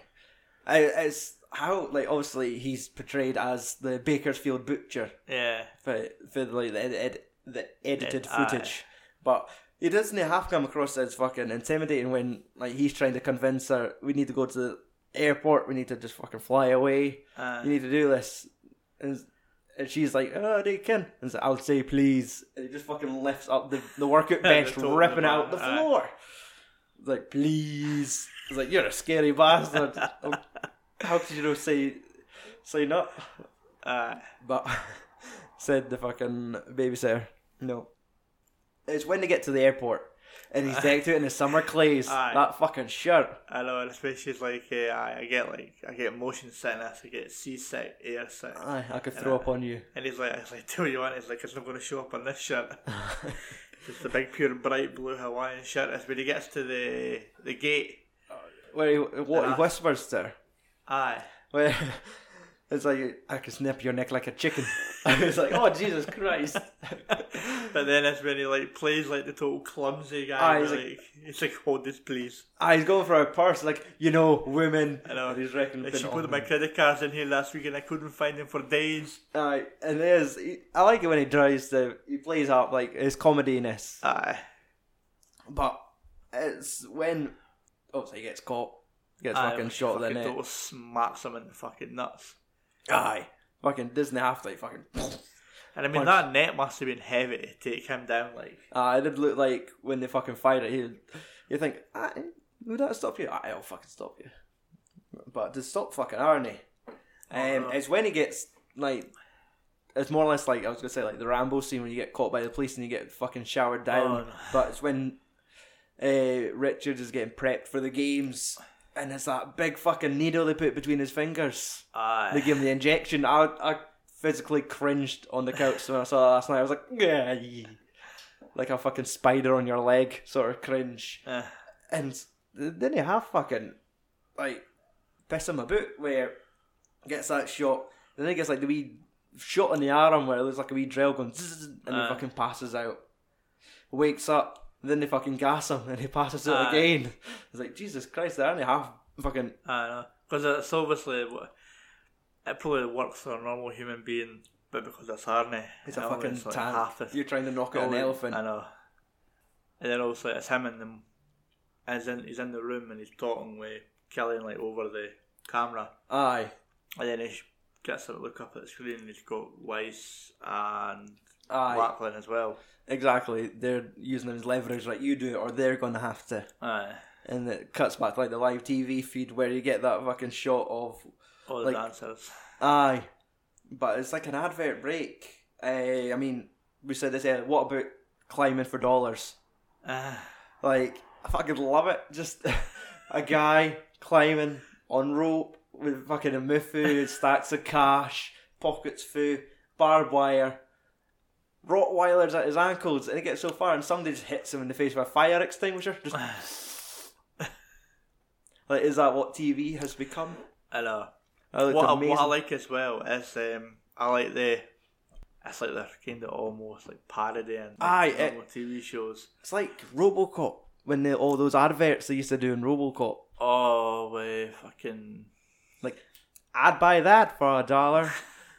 [SPEAKER 1] I, it's how like obviously he's portrayed as the Bakersfield butcher
[SPEAKER 2] Yeah,
[SPEAKER 1] for for like the, ed- ed- the edited
[SPEAKER 2] aye.
[SPEAKER 1] footage, but he doesn't half come across as fucking intimidating when like he's trying to convince her we need to go to the airport, we need to just fucking fly away,
[SPEAKER 2] uh,
[SPEAKER 1] you need to do this, and, and she's like, oh, they can, and he's like, I'll say please, and he just fucking lifts up the the workout
[SPEAKER 2] <laughs> The
[SPEAKER 1] bench,
[SPEAKER 2] total
[SPEAKER 1] ripping out
[SPEAKER 2] amount,
[SPEAKER 1] the
[SPEAKER 2] aye.
[SPEAKER 1] floor. He's like please, he's like you're a scary
[SPEAKER 2] <laughs>
[SPEAKER 1] bastard. Oh, How could you not say say not?
[SPEAKER 2] uh,
[SPEAKER 1] But <laughs> said the fucking babysitter. No. It's when they get to the airport and he's decked out in his summer clothes.
[SPEAKER 2] Aye.
[SPEAKER 1] That fucking shirt.
[SPEAKER 2] I know, and especially like uh, I, I get like I get motion sickness, I get seasick, air sick,
[SPEAKER 1] Aye, I could throw up on you.
[SPEAKER 2] and he's like, I was like, <laughs> tell you what, he's like, it's not going to show up on
[SPEAKER 1] <laughs>
[SPEAKER 2] this shirt. Just the big, pure, bright blue Hawaiian shirt. That's when he gets to the the gate.
[SPEAKER 1] Where he, what, he
[SPEAKER 2] Aye.
[SPEAKER 1] whispers to her.
[SPEAKER 2] Aye.
[SPEAKER 1] Where <laughs> it's like, I could snap your neck like a chicken. <laughs> it's like, oh, Jesus
[SPEAKER 2] <laughs>
[SPEAKER 1] Christ.
[SPEAKER 2] But then that's when he like plays like the total clumsy guy.
[SPEAKER 1] Aye,
[SPEAKER 2] where,
[SPEAKER 1] he's
[SPEAKER 2] like,
[SPEAKER 1] like-
[SPEAKER 2] he's like, hold this, please.
[SPEAKER 1] Ah, he's going for a purse, like, you know, women.
[SPEAKER 2] I know.
[SPEAKER 1] And he's reckoning
[SPEAKER 2] Like,
[SPEAKER 1] pin
[SPEAKER 2] she
[SPEAKER 1] it
[SPEAKER 2] put
[SPEAKER 1] on
[SPEAKER 2] my
[SPEAKER 1] him.
[SPEAKER 2] credit cards in here last week and I couldn't find them for days.
[SPEAKER 1] Aye, and there's, I like it when he tries to, he plays up, like, his comediness.
[SPEAKER 2] Aye.
[SPEAKER 1] But it's when obviously he gets caught, gets
[SPEAKER 2] Aye,
[SPEAKER 1] fucking
[SPEAKER 2] like, she
[SPEAKER 1] shot in the
[SPEAKER 2] fucking
[SPEAKER 1] neck.
[SPEAKER 2] total smaps him in the fucking nuts.
[SPEAKER 1] Aye, fucking Disney half like fucking.
[SPEAKER 2] And I
[SPEAKER 1] Punch.
[SPEAKER 2] mean that net must have been heavy to take him down. Like
[SPEAKER 1] Ah, it did look like when they fucking fired it, you you think ah, would that stop you? Aye, I'll fucking stop you. But to stop fucking irony, um,
[SPEAKER 2] no.
[SPEAKER 1] it's when he gets like. It's more or less like I was gonna say, like the Rambo scene when you get caught by the police and you get fucking showered down.
[SPEAKER 2] Oh, no.
[SPEAKER 1] But it's when uh, Richard is getting prepped for the games, and it's that big fucking needle they put between his fingers.
[SPEAKER 2] aye.
[SPEAKER 1] They give him the injection. I, I physically cringed on the couch when I saw that last night. I was like, yeah, like a fucking spider on your leg, sort of cringe.
[SPEAKER 2] Eh,
[SPEAKER 1] And then you have fucking like piss him about where he gets that shot, and then he gets like the wee shot in the arm where there's like a wee drill going, zzz, and
[SPEAKER 2] Aye.
[SPEAKER 1] he fucking passes out. Wakes up, then they fucking gas him, and he passes out
[SPEAKER 2] Aye.
[SPEAKER 1] again. It's like Jesus Christ, they're only half fucking
[SPEAKER 2] I know because it's obviously what- it probably works for a normal human being, but because it's Arnie,
[SPEAKER 1] It's a
[SPEAKER 2] it only
[SPEAKER 1] fucking
[SPEAKER 2] is, like,
[SPEAKER 1] tank.
[SPEAKER 2] half the
[SPEAKER 1] You're trying to knock out an
[SPEAKER 2] Oh,
[SPEAKER 1] elephant.
[SPEAKER 2] I know. And then also it's him in the, as in he's in the room and he's talking with Kelly like over the camera,
[SPEAKER 1] Aye.
[SPEAKER 2] and then he sh- gets him to look up at the screen and he's got Weiss and
[SPEAKER 1] Aye.
[SPEAKER 2] Lackland as well.
[SPEAKER 1] Exactly. They're using them as leverage, like you do it, or they're going to have to.
[SPEAKER 2] Aye.
[SPEAKER 1] And it cuts back to, like the live TV feed where you get that fucking shot of
[SPEAKER 2] All the
[SPEAKER 1] Like-
[SPEAKER 2] dancers. <sighs>
[SPEAKER 1] aye, but it's like an advert break. Uh, I mean, we said this. earlier, what about climbing for dollars?
[SPEAKER 2] Uh,
[SPEAKER 1] Like I fucking love it. Just <laughs> a guy climbing on rope with fucking a mufu, stacks of cash, pockets full, barbed wire, Rottweilers at his ankles, and he gets so far, and somebody just hits him in the face with a fire extinguisher. Just like, is that what TV has become?
[SPEAKER 2] I know.
[SPEAKER 1] That looked
[SPEAKER 2] What I,
[SPEAKER 1] amazing.
[SPEAKER 2] what I like as well is um, I like the it's like they're kind of almost like parodying
[SPEAKER 1] Aye, it-
[SPEAKER 2] normal TV shows.
[SPEAKER 1] It's like RoboCop when they, all those adverts they used to do in RoboCop.
[SPEAKER 2] Oh, we fucking
[SPEAKER 1] Like, I'd buy that for a
[SPEAKER 2] <laughs>
[SPEAKER 1] dollar.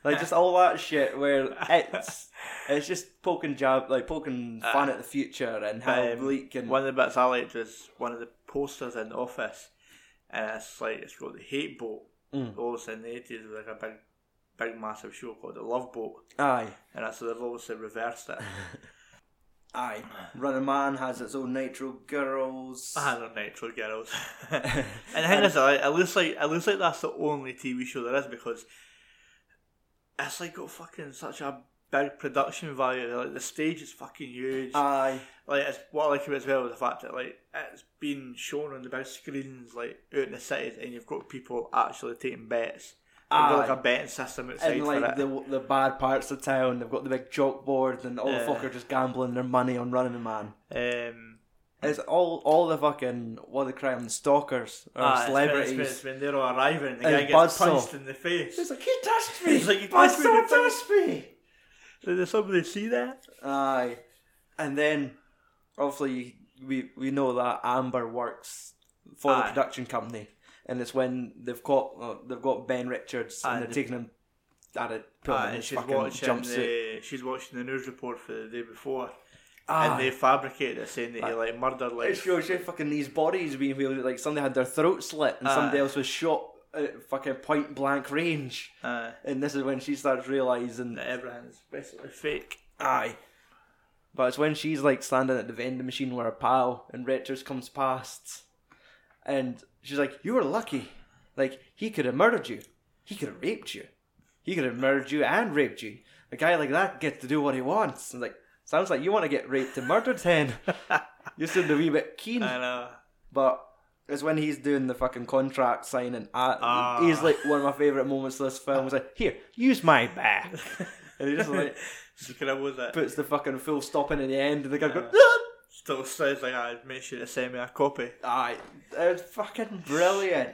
[SPEAKER 1] Like just all that shit where it's it's just poking jab, like poking fun at the future and how
[SPEAKER 2] Uh, Um,
[SPEAKER 1] bleak and
[SPEAKER 2] One of the bits I liked was one of the posters in the office, and it's like it's got the hate boat.
[SPEAKER 1] Mm.
[SPEAKER 2] Obviously, in the eighties, was like a big, big, massive show called the Love Boat,
[SPEAKER 1] aye
[SPEAKER 2] and that's so they've obviously
[SPEAKER 1] <laughs>
[SPEAKER 2] reversed it.
[SPEAKER 1] aye. Running Man has its own Nitro Girls.
[SPEAKER 2] I don't Nitro Ah,
[SPEAKER 1] <laughs>
[SPEAKER 2] Girls. and the thing is, I- it looks like it looks like that's the only TV show there is because it's like got fucking such a big production value. Like the stage is fucking huge.
[SPEAKER 1] Aye,
[SPEAKER 2] like it's what I like about it as well is the fact that like it's been shown on the big screens like out in the cities and you've got people actually taking bets. They've got
[SPEAKER 1] Aye.
[SPEAKER 2] like a betting system outside
[SPEAKER 1] and
[SPEAKER 2] for
[SPEAKER 1] like
[SPEAKER 2] it.
[SPEAKER 1] the the bad parts of town, they've got the big chalkboard and all
[SPEAKER 2] Yeah.
[SPEAKER 1] the fuckers just gambling their money on Running Man.
[SPEAKER 2] Um,
[SPEAKER 1] It's all all the fucking what they cry them stalkers or
[SPEAKER 2] Ah, it's when- it's when-
[SPEAKER 1] celebrities.
[SPEAKER 2] It's when they're all arriving and the
[SPEAKER 1] And
[SPEAKER 2] guy gets
[SPEAKER 1] buzzsaw.
[SPEAKER 2] punched in the face.
[SPEAKER 1] It's like he touched me.
[SPEAKER 2] It's like, "You
[SPEAKER 1] My
[SPEAKER 2] touched me,
[SPEAKER 1] son
[SPEAKER 2] you touched
[SPEAKER 1] touched me.
[SPEAKER 2] Did somebody see that?
[SPEAKER 1] Aye, and then obviously we we know that Amber works for
[SPEAKER 2] Aye.
[SPEAKER 1] the production company, and it's when they've got uh, they've got Ben Richards
[SPEAKER 2] Aye,
[SPEAKER 1] and they're
[SPEAKER 2] the-
[SPEAKER 1] taking him at it, putting him
[SPEAKER 2] Ah,
[SPEAKER 1] in
[SPEAKER 2] and
[SPEAKER 1] his
[SPEAKER 2] she's
[SPEAKER 1] fucking
[SPEAKER 2] watching
[SPEAKER 1] jumpsuit.
[SPEAKER 2] the she's watching the news report for the day before,
[SPEAKER 1] Aye.
[SPEAKER 2] and they fabricated it saying that he like murdered like
[SPEAKER 1] It shows you fucking these bodies being wielded, like somebody had their throat slit and somebody
[SPEAKER 2] Aye.
[SPEAKER 1] else was shot at fucking point blank range.
[SPEAKER 2] uh,
[SPEAKER 1] And this is when she starts realising,
[SPEAKER 2] that everything's basically fake.
[SPEAKER 1] aye. But it's when she's like standing at the vending machine with her pal and Richards comes past and she's like, You were lucky. Like, he could have murdered you. He could have raped you. He could have murdered you and raped you. A guy like that gets to do what he wants. And like, sounds like you want to get raped and murdered
[SPEAKER 2] <laughs>
[SPEAKER 1] then. You seem a wee bit keen.
[SPEAKER 2] I <laughs> know.
[SPEAKER 1] But it's when he's doing the fucking contract signing. At,
[SPEAKER 2] Ah.
[SPEAKER 1] He's like one of my favourite moments of this film. He's like, here, use my back. and he just <laughs> like
[SPEAKER 2] Scribble with it.
[SPEAKER 1] puts the fucking full stop in at the end, and the guy goes,
[SPEAKER 2] Still sounds like I'd make sure to send me a copy.
[SPEAKER 1] aye. It's fucking brilliant.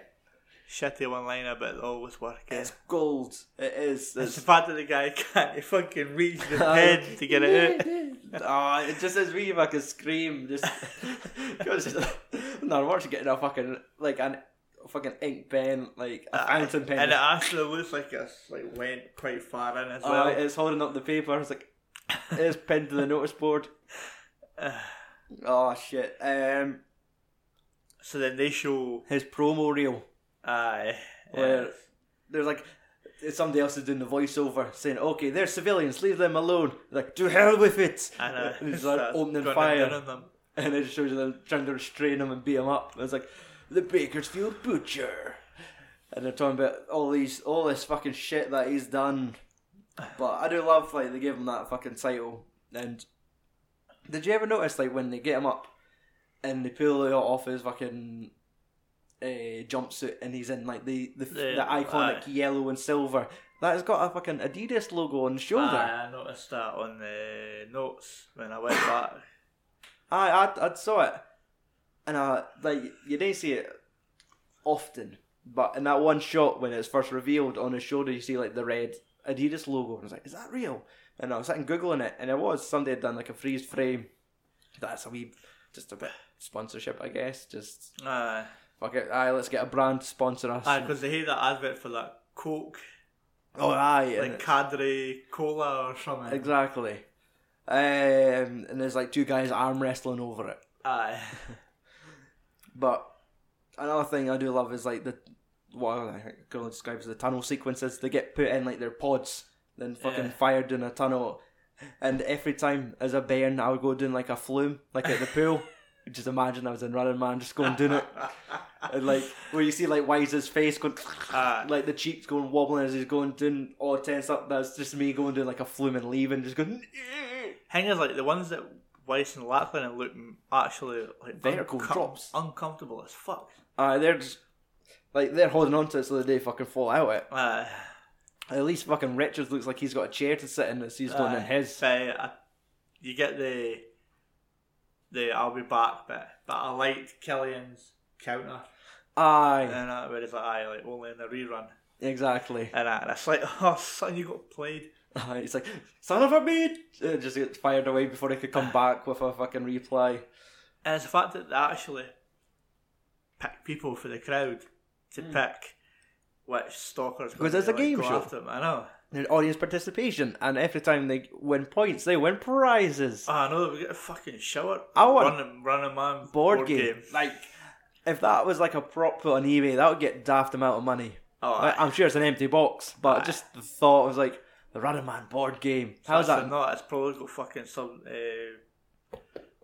[SPEAKER 2] Shitty one liner, but it always works.
[SPEAKER 1] It's gold. It is.
[SPEAKER 2] It's
[SPEAKER 1] It's
[SPEAKER 2] the fact that the guy <laughs> can't fucking reach
[SPEAKER 1] <laughs>
[SPEAKER 2] the
[SPEAKER 1] Aye.
[SPEAKER 2] <laughs> head to get it
[SPEAKER 1] <laughs>
[SPEAKER 2] out.
[SPEAKER 1] Ah, it just is we like a scream. Just, <laughs> because no, I'm actually getting a fucking like an fucking ink pen, like a fountain pen.
[SPEAKER 2] And it actually looks like it's like went quite far in as
[SPEAKER 1] Oh,
[SPEAKER 2] well.
[SPEAKER 1] it's holding up the paper. It's like it's pinned to the notice
[SPEAKER 2] <sighs>
[SPEAKER 1] board. oh shit! Um,
[SPEAKER 2] so then they show uh,
[SPEAKER 1] his promo reel
[SPEAKER 2] aye.
[SPEAKER 1] where Uh, there's like it's somebody else is doing the voiceover saying, "Okay, they're civilians. Leave them alone." Like, to hell with it.
[SPEAKER 2] I know.
[SPEAKER 1] And
[SPEAKER 2] <laughs>
[SPEAKER 1] it's
[SPEAKER 2] Starts
[SPEAKER 1] like opening
[SPEAKER 2] gunning down
[SPEAKER 1] fire,
[SPEAKER 2] on them.
[SPEAKER 1] and it just shows you them trying to restrain him and beat him up. It's like the Bakersfield butcher, and they're talking about all these, all this fucking shit that he's done. But I do love like they give him that fucking title. And did you ever notice like when they get him up and they pull it off his fucking uh, jumpsuit and he's in like the the,
[SPEAKER 2] The-
[SPEAKER 1] the iconic
[SPEAKER 2] aye.
[SPEAKER 1] yellow and silver that has got a fucking Adidas logo on the shoulder.
[SPEAKER 2] Aye, I noticed that on the notes when I went back. <coughs>
[SPEAKER 1] I I I saw it, and I like you didn't see it often, but in that one shot when it's first revealed on his shoulder, you see like the red Adidas logo, and I was like, "Is that real?" And I was sitting googling it, and it was somebody had done like a freeze frame. That's a wee, just a bit sponsorship, I guess. Just
[SPEAKER 2] Aye.
[SPEAKER 1] fuck it, aye, let's get a brand to sponsor us.
[SPEAKER 2] Aye, because they hate that advert for that Coke,
[SPEAKER 1] oh aye, and
[SPEAKER 2] like
[SPEAKER 1] it's-
[SPEAKER 2] Cadre Cola or something.
[SPEAKER 1] exactly. Um, and there's like two guys arm wrestling over it.
[SPEAKER 2] Aye. <laughs>
[SPEAKER 1] But another thing I do love is like the what I think Colin describes as the tunnel sequences. They get put in like their pods, then fucking
[SPEAKER 2] Yeah.
[SPEAKER 1] fired in a tunnel. And every time as a bairn, I would go doing like a flume, like at the pool. <laughs> Just imagine I was in Running Man, just going doing it, and like where you see like Wise's face going, <laughs>
[SPEAKER 2] Aye.
[SPEAKER 1] like the cheeks going wobbling as he's going doing all tense up. That's just me going doing like a flume and leaving, just going. <laughs>
[SPEAKER 2] Thing is, like the ones that Weiss and Lackland and look m- actually like
[SPEAKER 1] Vertical
[SPEAKER 2] uncom-
[SPEAKER 1] drops.
[SPEAKER 2] uncomfortable as fuck.
[SPEAKER 1] Uh, they're just like they're holding on to it so that they fucking fall out it.
[SPEAKER 2] Aye.
[SPEAKER 1] At least fucking Richards looks like he's got a chair to sit in that's he's going in
[SPEAKER 2] Aye.
[SPEAKER 1] his.
[SPEAKER 2] But I, you get the the I'll be back bit, but I liked Killian's counter,
[SPEAKER 1] Aye,
[SPEAKER 2] and uh, where it's like, aye, like only in the rerun,
[SPEAKER 1] exactly. <laughs>
[SPEAKER 2] and, uh, and it's like, <laughs> oh son, you got played.
[SPEAKER 1] Aye, It's like, son of a bitch! Uh, Just gets fired away before he could
[SPEAKER 2] <laughs>
[SPEAKER 1] come back with a fucking reply.
[SPEAKER 2] And it's the fact that they actually pick people for the crowd to pick which stalkers
[SPEAKER 1] Because
[SPEAKER 2] gonna,
[SPEAKER 1] Hmm. it's a
[SPEAKER 2] like,
[SPEAKER 1] game
[SPEAKER 2] go
[SPEAKER 1] show.
[SPEAKER 2] After them. I know.
[SPEAKER 1] There's audience participation, and every time they win points, they win prizes.
[SPEAKER 2] Oh, I know we get a fucking shower.
[SPEAKER 1] I want-
[SPEAKER 2] running running man
[SPEAKER 1] Board, game. Like, if that was like a prop put on eBay, that would get daft amount of money.
[SPEAKER 2] Oh,
[SPEAKER 1] I,
[SPEAKER 2] aye.
[SPEAKER 1] I'm sure it's an empty box, but
[SPEAKER 2] Aye.
[SPEAKER 1] just the thought was like, the Running Man board game. How's
[SPEAKER 2] That's
[SPEAKER 1] that?
[SPEAKER 2] a nut. It's probably got fucking some uh,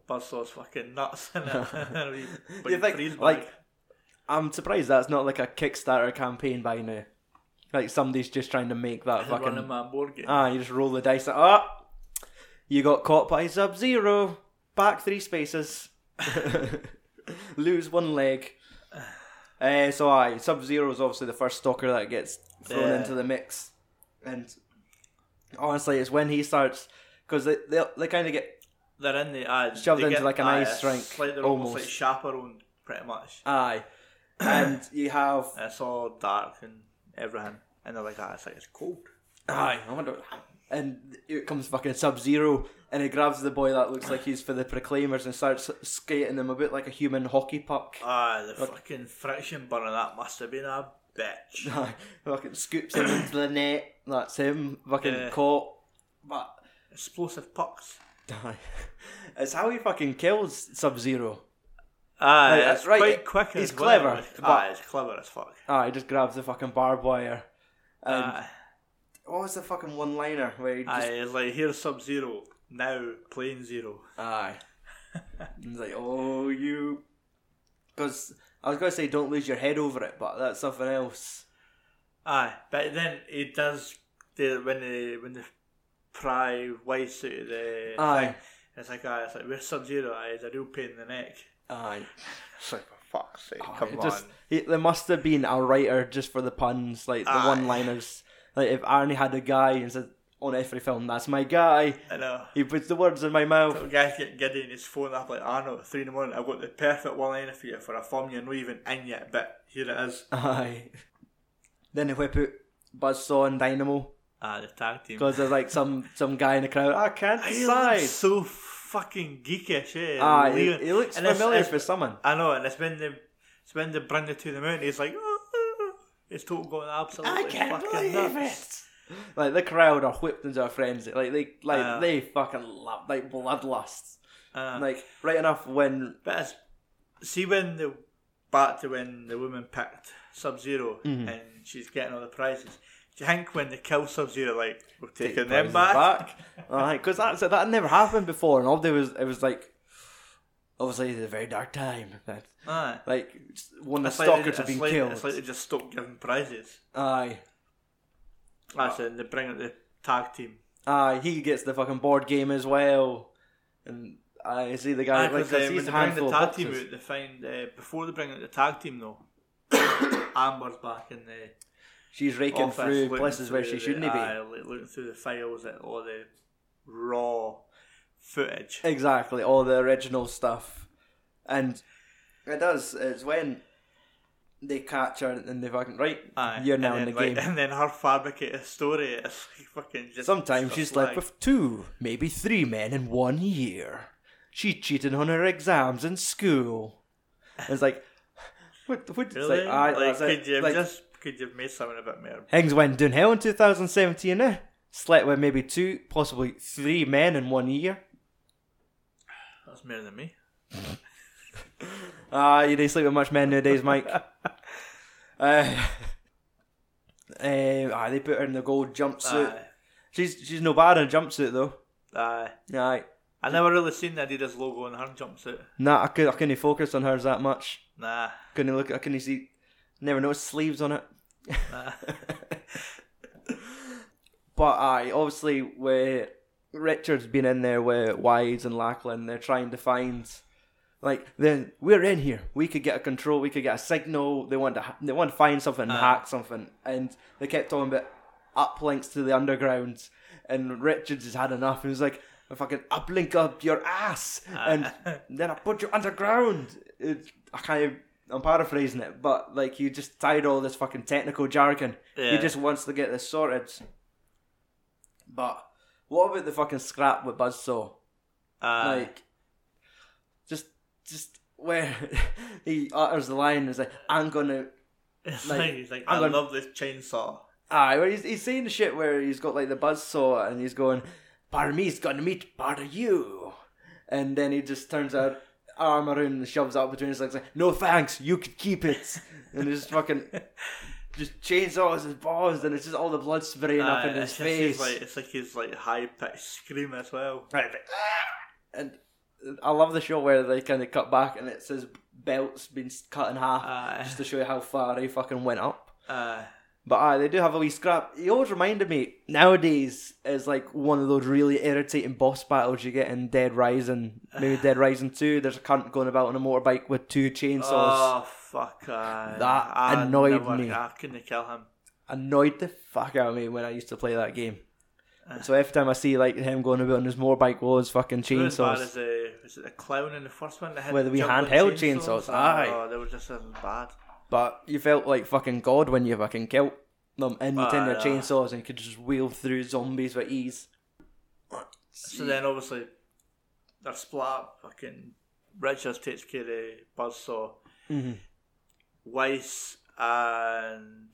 [SPEAKER 2] buzzsaw's fucking nuts <laughs> in it.
[SPEAKER 1] <laughs>
[SPEAKER 2] A wee
[SPEAKER 1] You
[SPEAKER 2] big
[SPEAKER 1] think,
[SPEAKER 2] freeze bag.
[SPEAKER 1] like- I'm surprised that's not like a Kickstarter campaign by now. Like somebody's just trying to make that
[SPEAKER 2] It's a running
[SPEAKER 1] fucking
[SPEAKER 2] man board game.
[SPEAKER 1] ah, you just roll the dice. Like, ah, you got caught by Sub Zero. Back three spaces. <laughs> Lose one leg. Uh, so aye, Sub Zero is obviously the first stalker that gets thrown
[SPEAKER 2] Yeah.
[SPEAKER 1] into the mix, and honestly, it's when he starts because they they, they kind of get
[SPEAKER 2] They're in the aye,
[SPEAKER 1] Shoved
[SPEAKER 2] they
[SPEAKER 1] into
[SPEAKER 2] get-
[SPEAKER 1] like an
[SPEAKER 2] aye,
[SPEAKER 1] ice
[SPEAKER 2] it's
[SPEAKER 1] rink,
[SPEAKER 2] Like they're almost,
[SPEAKER 1] almost.
[SPEAKER 2] like chaperoned, pretty much.
[SPEAKER 1] Aye. and you have.
[SPEAKER 2] It's all dark and everything, and they're like, ah, it's like it's cold.
[SPEAKER 1] Aye. I wonder. And it comes fucking Sub Zero and he grabs the boy that looks like he's for the Proclaimers and starts skating him a bit like a human hockey puck.
[SPEAKER 2] Ah, the fucking friction burner that must have been a
[SPEAKER 1] <laughs>
[SPEAKER 2] bitch.
[SPEAKER 1] Aye. fucking scoops him into the net. That's him. Fucking
[SPEAKER 2] Yeah.
[SPEAKER 1] caught. But.
[SPEAKER 2] Explosive pucks.
[SPEAKER 1] Aye. <laughs> It's how he fucking kills Sub Zero.
[SPEAKER 2] Ah,
[SPEAKER 1] Aye,
[SPEAKER 2] it's
[SPEAKER 1] right,
[SPEAKER 2] quite quick.
[SPEAKER 1] he's
[SPEAKER 2] as well.
[SPEAKER 1] clever,
[SPEAKER 2] Aye,
[SPEAKER 1] but-
[SPEAKER 2] it's clever as fuck.
[SPEAKER 1] Aye, he just grabs the fucking barbed wire. And
[SPEAKER 2] Aye.
[SPEAKER 1] what was the fucking one liner where he Um, just
[SPEAKER 2] Aye, it's like here's Sub Zero now, Plane Zero.
[SPEAKER 1] Aye. it's like, oh, you. Because I was going to say, don't lose your head over it, but that's something else.
[SPEAKER 2] Aye, but then he does the when the when the pry Weiss out of the
[SPEAKER 1] Aye.
[SPEAKER 2] thing, It's like aye, it's like with Sub Zero, it's a real pain in the neck. Ah,
[SPEAKER 1] Aye.
[SPEAKER 2] It's like for fuck's sake,
[SPEAKER 1] Aye,
[SPEAKER 2] come
[SPEAKER 1] it
[SPEAKER 2] on.
[SPEAKER 1] just- he- there must have been a writer just for the puns, like the
[SPEAKER 2] Aye.
[SPEAKER 1] one liners. Like, if Arnie had a guy and said, on every film, that's my guy,
[SPEAKER 2] I know.
[SPEAKER 1] he puts the words in my mouth.
[SPEAKER 2] <laughs> Some guys get giddy and he's phoning up like Arnold at three in the morning. I've got the perfect one liner for you for a film you're not even in yet, but here it is.
[SPEAKER 1] Aye. Then they whip out Buzzsaw and Dynamo,
[SPEAKER 2] Ah, the tag team.
[SPEAKER 1] because there's like some, some guy in the crowd, I can't
[SPEAKER 2] He looks
[SPEAKER 1] decide.
[SPEAKER 2] so fucking geekish, eh?
[SPEAKER 1] Aye, Ah, he,
[SPEAKER 2] Leon.
[SPEAKER 1] he looks
[SPEAKER 2] And it's-
[SPEAKER 1] familiar
[SPEAKER 2] it's-
[SPEAKER 1] for someone.
[SPEAKER 2] I know, and it's when they, it's when they bring the two of them out, and he's like, it's total going absolutely fucking nuts.
[SPEAKER 1] it. Like the crowd are whipped into a frenzy. Like they, like
[SPEAKER 2] Yeah.
[SPEAKER 1] they fucking love, like bloodlust.
[SPEAKER 2] Uh,
[SPEAKER 1] Like right enough when
[SPEAKER 2] but it's, see when the back to when the woman picked Sub 0
[SPEAKER 1] Mm-hmm.
[SPEAKER 2] and she's getting all the prizes. Do you think when they kill Sub Zero, like we're taking them back?
[SPEAKER 1] because that's that had never happened before, and all they was it was like, obviously it's a very dark time. That
[SPEAKER 2] Aye.
[SPEAKER 1] like one of the
[SPEAKER 2] It's like they-
[SPEAKER 1] stalkers have
[SPEAKER 2] it's
[SPEAKER 1] been
[SPEAKER 2] like-
[SPEAKER 1] killed.
[SPEAKER 2] It's like they just stopped giving prizes.
[SPEAKER 1] aye,
[SPEAKER 2] That's it. And they bring out the tag team.
[SPEAKER 1] aye, he gets the fucking board game as well, and I see the guy
[SPEAKER 2] Aye,
[SPEAKER 1] like
[SPEAKER 2] 'cause, uh,
[SPEAKER 1] 'cause
[SPEAKER 2] when
[SPEAKER 1] he's
[SPEAKER 2] they
[SPEAKER 1] a
[SPEAKER 2] bring the
[SPEAKER 1] handful
[SPEAKER 2] tag
[SPEAKER 1] of
[SPEAKER 2] team
[SPEAKER 1] boxes.
[SPEAKER 2] out, they find uh, before they bring out the tag team though, <coughs> Amber's back in the
[SPEAKER 1] She's raking
[SPEAKER 2] office
[SPEAKER 1] through
[SPEAKER 2] looking
[SPEAKER 1] places where she
[SPEAKER 2] through the-
[SPEAKER 1] shouldn't be.
[SPEAKER 2] aye, loo- looking through the files at all the raw footage.
[SPEAKER 1] Exactly, all the original stuff. And it does, it's when they catch her and they fucking, right,
[SPEAKER 2] Aye,
[SPEAKER 1] you're
[SPEAKER 2] and
[SPEAKER 1] now in
[SPEAKER 2] then,
[SPEAKER 1] the
[SPEAKER 2] like,
[SPEAKER 1] game.
[SPEAKER 2] <laughs> and then her fabricated story is like fucking just
[SPEAKER 1] Sometimes
[SPEAKER 2] stuff
[SPEAKER 1] she slept
[SPEAKER 2] like-
[SPEAKER 1] with two, maybe three men in one year. She cheated on her exams in school. It's like, what, what,
[SPEAKER 2] really.
[SPEAKER 1] it's like, aye,
[SPEAKER 2] like,
[SPEAKER 1] that's
[SPEAKER 2] could
[SPEAKER 1] it.
[SPEAKER 2] you have
[SPEAKER 1] Like,
[SPEAKER 2] just could you have made something a bit more?
[SPEAKER 1] Hings went down hell in 2017, eh? Slept with maybe two, possibly three men in one year.
[SPEAKER 2] That's more than me.
[SPEAKER 1] Ah, you don't sleep with much men nowadays,
[SPEAKER 2] <laughs>
[SPEAKER 1] Mike. uh, eh, ah, they put her in the gold jumpsuit.
[SPEAKER 2] Aye,
[SPEAKER 1] She's she's no bad in a jumpsuit though.
[SPEAKER 2] aye.
[SPEAKER 1] Aye.
[SPEAKER 2] I never really seen the Adidas logo on her jumpsuit.
[SPEAKER 1] Nah, I could I couldn't focus on hers that much.
[SPEAKER 2] Nah,
[SPEAKER 1] Couldn't look I couldn't see never noticed sleeves on it.
[SPEAKER 2] nah.
[SPEAKER 1] But aye, obviously where Richard's been in there with Wise and Lackland, they're trying to find like then we're in here. We could get a control. We could get a signal. They want to ha- they want to find something, and hack something, and they kept talking about uplinks to the underground. And Richards has had enough. He was like, "I fucking uplink up your ass, and then I put you underground." It, I can't. I'm paraphrasing it, but like you just tied all this fucking technical jargon. He
[SPEAKER 2] Yeah.
[SPEAKER 1] just wants to get this sorted. But what about the fucking scrap with Buzzsaw?
[SPEAKER 2] Aye.
[SPEAKER 1] like just just where <laughs> he utters the line is like I'm gonna
[SPEAKER 2] <laughs> It's
[SPEAKER 1] Like,
[SPEAKER 2] like, he's like,
[SPEAKER 1] I'm
[SPEAKER 2] I
[SPEAKER 1] gonna-
[SPEAKER 2] love this chainsaw.
[SPEAKER 1] ah well, he's, he's saying the shit where he's got like the buzzsaw and he's going part of me's gonna meet part of you and then he just turns out arm around and shoves out between his legs like no thanks you could keep it and he's
[SPEAKER 2] <laughs>
[SPEAKER 1] fucking just chainsaws his balls and it's just all the blood spraying up
[SPEAKER 2] Aye,
[SPEAKER 1] in his
[SPEAKER 2] Uh, it's just he's
[SPEAKER 1] face
[SPEAKER 2] like it's like his like high pitched scream as well.
[SPEAKER 1] Right, but- and I love the show where they kind of cut back and it says belts been cut in half
[SPEAKER 2] Aye.
[SPEAKER 1] just to show you how far he fucking went up.
[SPEAKER 2] Uh,
[SPEAKER 1] But aye, they do have a wee scrap. He always reminded me nowadays is like one of those really irritating boss battles you get in Dead Rising, maybe Dead Rising Two. There's a cunt going about on a motorbike with two chainsaws.
[SPEAKER 2] oh fuck! Aye.
[SPEAKER 1] That
[SPEAKER 2] I
[SPEAKER 1] annoyed
[SPEAKER 2] never-
[SPEAKER 1] me.
[SPEAKER 2] I couldn't kill him.
[SPEAKER 1] Annoyed the fuck out of me when I used to play that game.
[SPEAKER 2] Ah.
[SPEAKER 1] So every time I see like him going about on his motorbike with his fucking
[SPEAKER 2] Not as bad as
[SPEAKER 1] chainsaws,
[SPEAKER 2] the was it the clown in the first one that had
[SPEAKER 1] With the wee
[SPEAKER 2] juggling
[SPEAKER 1] handheld chainsaws, aye.
[SPEAKER 2] Oh, they were just as bad.
[SPEAKER 1] but you felt like fucking god when you fucking killed them in
[SPEAKER 2] Ah,
[SPEAKER 1] between their
[SPEAKER 2] yeah.
[SPEAKER 1] chainsaws and you could just wheel through zombies with ease.
[SPEAKER 2] So then obviously they're split up. Fucking Richards takes care of Buzzsaw.
[SPEAKER 1] Mhm.
[SPEAKER 2] Weiss and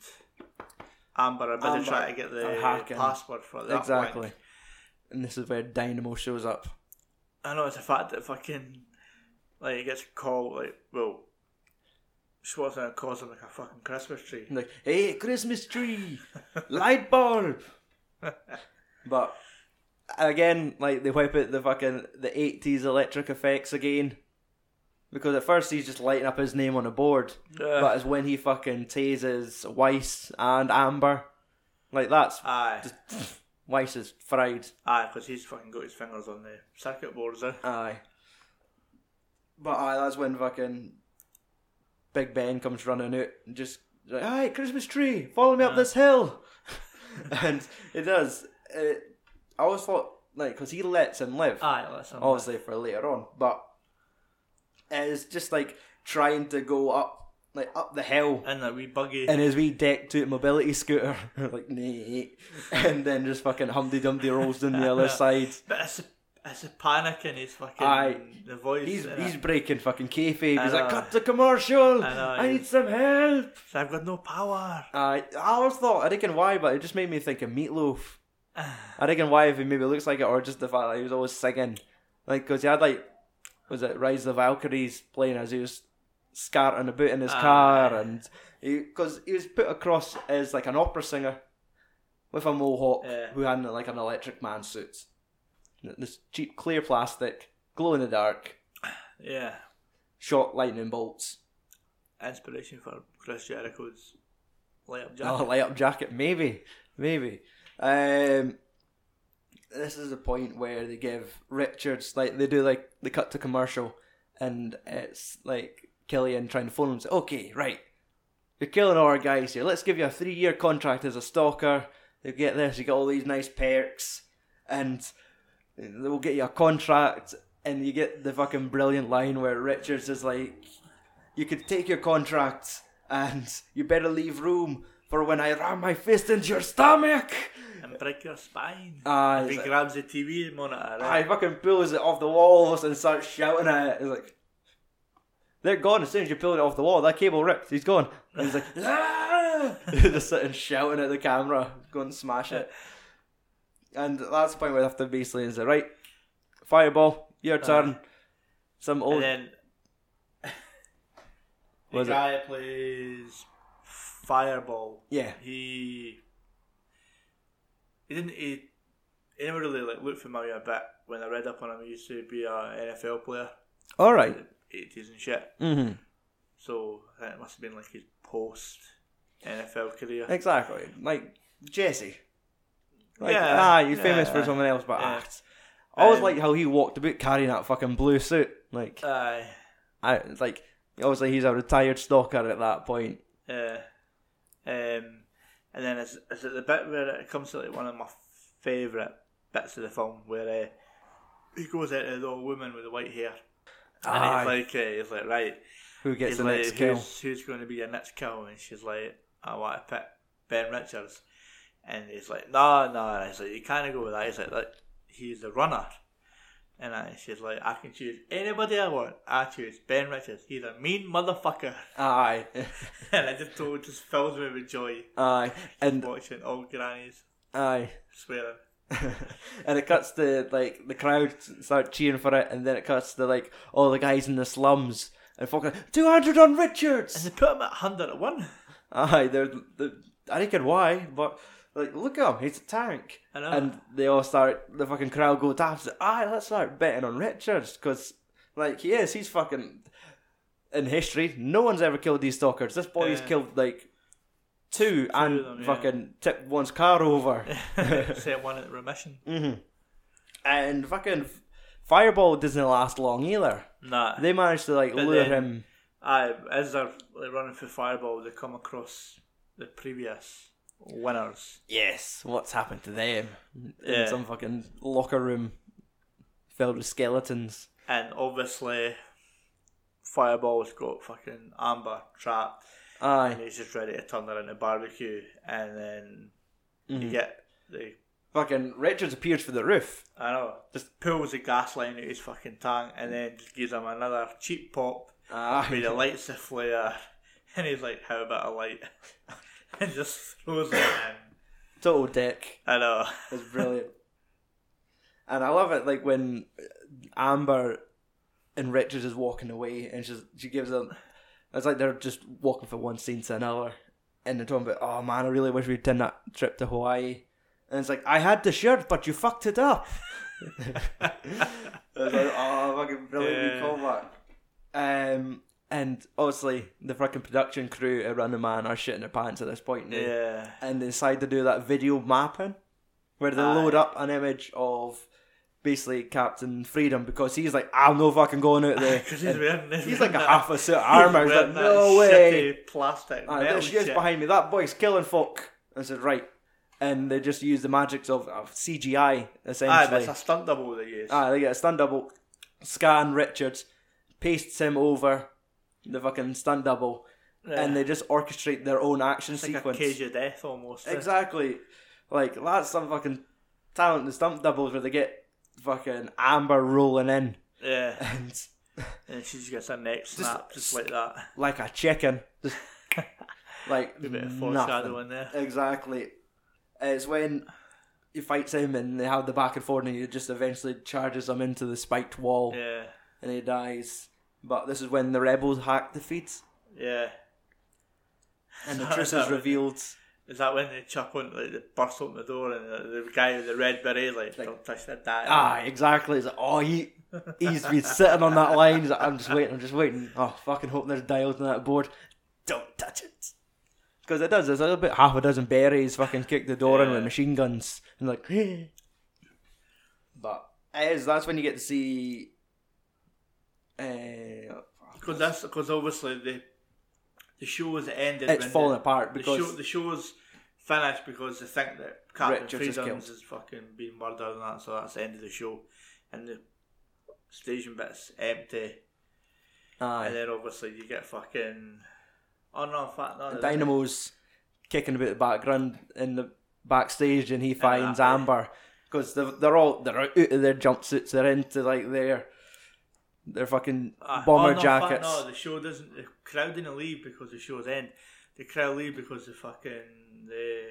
[SPEAKER 2] Amber are busy
[SPEAKER 1] Amber
[SPEAKER 2] trying to get
[SPEAKER 1] are
[SPEAKER 2] the
[SPEAKER 1] hacking.
[SPEAKER 2] password for that
[SPEAKER 1] exactly.
[SPEAKER 2] link.
[SPEAKER 1] And this is where Dynamo shows up.
[SPEAKER 2] I know it's a fact that fucking like it gets called like well Schwarzenegger calls him like a fucking Christmas tree.
[SPEAKER 1] And like, hey, Christmas tree, light bulb. but again, like they whip out the fucking the eighties electric effects again. Because at first he's just lighting up his name on a board,
[SPEAKER 2] Yeah.
[SPEAKER 1] Mm. but it's when he fucking tases Weiss and Amber, like that's
[SPEAKER 2] Aye,
[SPEAKER 1] Weiss is fried.
[SPEAKER 2] aye, because he's fucking got his fingers on the circuit boards. Eh?
[SPEAKER 1] Aye. But aye, that's when fucking Big Ben comes running out and just like, aye, Christmas tree, follow me up this hill. <laughs> and it does. It, I always thought, like, because he lets him live,
[SPEAKER 2] Aye, that's him.
[SPEAKER 1] obviously for later on, but it's just like trying to go up, like, up the hill
[SPEAKER 2] In that wee buggy.
[SPEAKER 1] in his wee decked out mobility scooter. <laughs> like, nah. <laughs> And then just fucking Humpty Dumpty rolls down the other side.
[SPEAKER 2] but it's a, it's a panic in his fucking
[SPEAKER 1] Aye.
[SPEAKER 2] the voice.
[SPEAKER 1] He's
[SPEAKER 2] in
[SPEAKER 1] he's
[SPEAKER 2] it.
[SPEAKER 1] breaking fucking kayfabe. He's
[SPEAKER 2] I
[SPEAKER 1] like,
[SPEAKER 2] know.
[SPEAKER 1] cut the commercial.
[SPEAKER 2] I
[SPEAKER 1] I,
[SPEAKER 2] know,
[SPEAKER 1] need
[SPEAKER 2] he's-
[SPEAKER 1] some help.
[SPEAKER 2] So I've got no power. <sighs>
[SPEAKER 1] I I always thought I reckon why, but it just made me think of Meatloaf. I reckon why if he maybe looks like it, or just the fact that he was always singing, like because he had like was it Rise of the Valkyries playing as he was scarting about in his
[SPEAKER 2] Aye.
[SPEAKER 1] car, and because he, was put across as like an opera singer with a mohawk
[SPEAKER 2] Yeah.
[SPEAKER 1] who had like an electric man suit, this cheap clear plastic, glow in the dark,
[SPEAKER 2] Yeah,
[SPEAKER 1] shot lightning bolts.
[SPEAKER 2] inspiration for Chris Jericho's
[SPEAKER 1] <laughs>
[SPEAKER 2] layup
[SPEAKER 1] Oh,
[SPEAKER 2] jacket.
[SPEAKER 1] light up jacket, maybe, maybe. Um, this is the point where they give Richards like they do like they cut to commercial, and it's like Killian trying to phone him. Say, okay, right, you're killing all our guys here. Let's give you a three-year contract as a stalker. You get this, you get all these nice perks, and they'll get you a contract. And you get the fucking brilliant line where Richards is like, "You could take your contract, and you better leave room for when I ram my fist into your stomach."
[SPEAKER 2] and break your spine.
[SPEAKER 1] Aye,
[SPEAKER 2] if he
[SPEAKER 1] it's
[SPEAKER 2] grabs the TV monitor.
[SPEAKER 1] Uh, I
[SPEAKER 2] Right?
[SPEAKER 1] fucking pulls it off the walls and starts shouting at it. It's like, they're gone as soon as you pull it off the wall. That cable ripped. He's gone. And he's like,
[SPEAKER 2] <laughs>
[SPEAKER 1] <laughs> "Ah!" just sitting shouting at the camera, go and smash it. And that's the point where they have to basically is it right? Fireball, your turn. Some
[SPEAKER 2] Uh-huh.
[SPEAKER 1] old
[SPEAKER 2] and then
[SPEAKER 1] <laughs>
[SPEAKER 2] the
[SPEAKER 1] Was it-
[SPEAKER 2] guy that plays Fireball.
[SPEAKER 1] yeah,
[SPEAKER 2] He he didn't he, he never really like looked familiar a bit when I read up on him. He used to be a NFL player,
[SPEAKER 1] all right.
[SPEAKER 2] eighties and shit.
[SPEAKER 1] Mm-hmm.
[SPEAKER 2] So I think it must have been like his post NFL career.
[SPEAKER 1] Exactly, like Jesse. Like,
[SPEAKER 2] Yeah,
[SPEAKER 1] ah, he's famous
[SPEAKER 2] yeah,
[SPEAKER 1] for something else, but
[SPEAKER 2] yeah.
[SPEAKER 1] ah, I always
[SPEAKER 2] Um,
[SPEAKER 1] like how he walked about carrying that fucking blue suit, like.
[SPEAKER 2] Aye.
[SPEAKER 1] I it's like obviously he's a retired stalker at that point.
[SPEAKER 2] Uh, um, and then is, is it the bit where it comes to like one of my favourite bits of the film where uh, he goes into the old woman with the white hair and
[SPEAKER 1] Aye.
[SPEAKER 2] he's like, uh, he's like, right,
[SPEAKER 1] Who gets
[SPEAKER 2] he's
[SPEAKER 1] the
[SPEAKER 2] like,
[SPEAKER 1] next kill?
[SPEAKER 2] who's, who's going to be your next kill? And she's like, I want to pick Ben Richards, and he's like, no, no, and he's like, you can't go with that. He's like, like he's the runner. And I, she's like, I can choose anybody I want. I choose Ben Richards. He's a mean motherfucker. <laughs>
[SPEAKER 1] Aye, <laughs>
[SPEAKER 2] and I just told, just fills me with joy
[SPEAKER 1] aye, and
[SPEAKER 2] watching old grannies
[SPEAKER 1] aye, <laughs>
[SPEAKER 2] swearing.
[SPEAKER 1] and it cuts to like the crowd start cheering for it, and then it cuts to like all the guys in the slums and fucking two hundred on
[SPEAKER 2] And
[SPEAKER 1] Richards.
[SPEAKER 2] they put him at 100 at one. <laughs>
[SPEAKER 1] Aye, they're, they I reckon why, but like look at him, he's a tank.
[SPEAKER 2] I know.
[SPEAKER 1] And they all start the fucking crowd go daft. Aye, let's start betting on Richards because like he is, he's fucking in history. No one's ever killed these stalkers. This boy's
[SPEAKER 2] Yeah.
[SPEAKER 1] killed like two, and
[SPEAKER 2] of them, yeah.
[SPEAKER 1] fucking tipped one's car over.
[SPEAKER 2] <laughs> Set one at remission.
[SPEAKER 1] Mm. and fucking Fireball doesn't last long either.
[SPEAKER 2] Nah.
[SPEAKER 1] They managed to like
[SPEAKER 2] But
[SPEAKER 1] lure
[SPEAKER 2] then-
[SPEAKER 1] him.
[SPEAKER 2] Aye, as they're like, running for Fireball, they come across the previous winners.
[SPEAKER 1] Yes, what's happened to them?
[SPEAKER 2] Yeah.
[SPEAKER 1] In some fucking locker room filled with skeletons.
[SPEAKER 2] And obviously, Fireball's got fucking Amber trapped, and
[SPEAKER 1] Aye.
[SPEAKER 2] he's just ready to turn her into barbecue. And then you
[SPEAKER 1] Mhm.
[SPEAKER 2] get the
[SPEAKER 1] Fucking Richards appears for the roof.
[SPEAKER 2] I know, just pulls the gas line out his fucking tank, and then just gives him another cheap pop.
[SPEAKER 1] Aye.
[SPEAKER 2] Made a lights a flare, <laughs> and he's like, "How about a light?" <laughs> and just throws it in.
[SPEAKER 1] Total dick.
[SPEAKER 2] I know.
[SPEAKER 1] It's brilliant. and I love it, like when Amber and Richards is walking away, and she's, she gives them. It's like they're just walking from one scene to another, and they're talking about, "Oh man, I really wish we'd done that trip to Hawaii." And it's like, "I had the shirt, but you fucked it up." <laughs> It's like, oh, fucking brilliant
[SPEAKER 2] Yeah.
[SPEAKER 1] callback. Um, and obviously the fucking production crew at Running Man are shitting their pants at this point. now
[SPEAKER 2] yeah.
[SPEAKER 1] and they decide to do that video mapping where they
[SPEAKER 2] Aye.
[SPEAKER 1] load up an image of basically Captain Freedom because he's like, I'm no fucking going out
[SPEAKER 2] <laughs>
[SPEAKER 1] there.
[SPEAKER 2] Because he's
[SPEAKER 1] And
[SPEAKER 2] wearing this.
[SPEAKER 1] he's like a
[SPEAKER 2] that-
[SPEAKER 1] half a suit of
[SPEAKER 2] <laughs> he's
[SPEAKER 1] armour. He's
[SPEAKER 2] wearing
[SPEAKER 1] like,
[SPEAKER 2] that
[SPEAKER 1] no way.
[SPEAKER 2] shitty Plastic.
[SPEAKER 1] Aye,
[SPEAKER 2] metal
[SPEAKER 1] there she is
[SPEAKER 2] shit.
[SPEAKER 1] behind me. That boy's killing folk. I said, right. And they just use the magics of, of CGI,
[SPEAKER 2] Aye,
[SPEAKER 1] essentially.
[SPEAKER 2] that's a stunt double they use.
[SPEAKER 1] Ah, they get a stunt double. Scan Richards, pastes him over the fucking stunt double,
[SPEAKER 2] Yeah.
[SPEAKER 1] and they just orchestrate their own action
[SPEAKER 2] it's like
[SPEAKER 1] sequence.
[SPEAKER 2] a cage of death almost.
[SPEAKER 1] Exactly. Like that's some fucking talent in stunt doubles where they get fucking amber rolling in
[SPEAKER 2] Yeah.
[SPEAKER 1] and
[SPEAKER 2] And she just gets her neck snapped just,
[SPEAKER 1] just-
[SPEAKER 2] like that.
[SPEAKER 1] like a chicken.
[SPEAKER 2] <laughs>
[SPEAKER 1] Just like
[SPEAKER 2] A bit of
[SPEAKER 1] nothing.
[SPEAKER 2] foreshadowing there.
[SPEAKER 1] Exactly. It's when he fights him and they have the back and forth and he just eventually charges him into the spiked wall
[SPEAKER 2] Yeah.
[SPEAKER 1] and he dies. But this is when the rebels hack the feeds
[SPEAKER 2] Yeah.
[SPEAKER 1] and the
[SPEAKER 2] <laughs> Sorry,
[SPEAKER 1] truth is
[SPEAKER 2] sorry.
[SPEAKER 1] revealed.
[SPEAKER 2] Is that when they chuck on, like, they burst open the door and the, the guy with the red beret, like,
[SPEAKER 1] Like-
[SPEAKER 2] don't touch that dad.
[SPEAKER 1] Ah, exactly. It's like, oh, he, he's been sitting on that line. He's like, I'm just waiting, I'm just waiting. Oh, fucking hoping there's dials on that board. Don't touch it. Because it does. There's a little bit, half a dozen berries fucking kick the door in with
[SPEAKER 2] Yeah.
[SPEAKER 1] machine guns. And like, <gasps> but it is. That's when you get to see. Uh,
[SPEAKER 2] Because that's, because obviously the, the show is ended.
[SPEAKER 1] it's
[SPEAKER 2] when
[SPEAKER 1] falling
[SPEAKER 2] the,
[SPEAKER 1] apart
[SPEAKER 2] the
[SPEAKER 1] because.
[SPEAKER 2] show the show's finished because they think that Captain
[SPEAKER 1] Richards is
[SPEAKER 2] Freedoms
[SPEAKER 1] killed.
[SPEAKER 2] is fucking being murdered and that, so that's the end of the show. And the station bit's empty,
[SPEAKER 1] Aye.
[SPEAKER 2] and then obviously you get fucking oh no, in fact, no,
[SPEAKER 1] the
[SPEAKER 2] there's-
[SPEAKER 1] Dynamo's kicking about the background in the backstage, and he finds
[SPEAKER 2] that eh? way.
[SPEAKER 1] Amber because they're, they're all they're out of their jumpsuits. They're into like their their fucking
[SPEAKER 2] ah,
[SPEAKER 1] bomber
[SPEAKER 2] oh, no, in fact,
[SPEAKER 1] jackets.
[SPEAKER 2] no, the show doesn't. The crowd didn't leave because the show's end. The crowd leave because the fucking the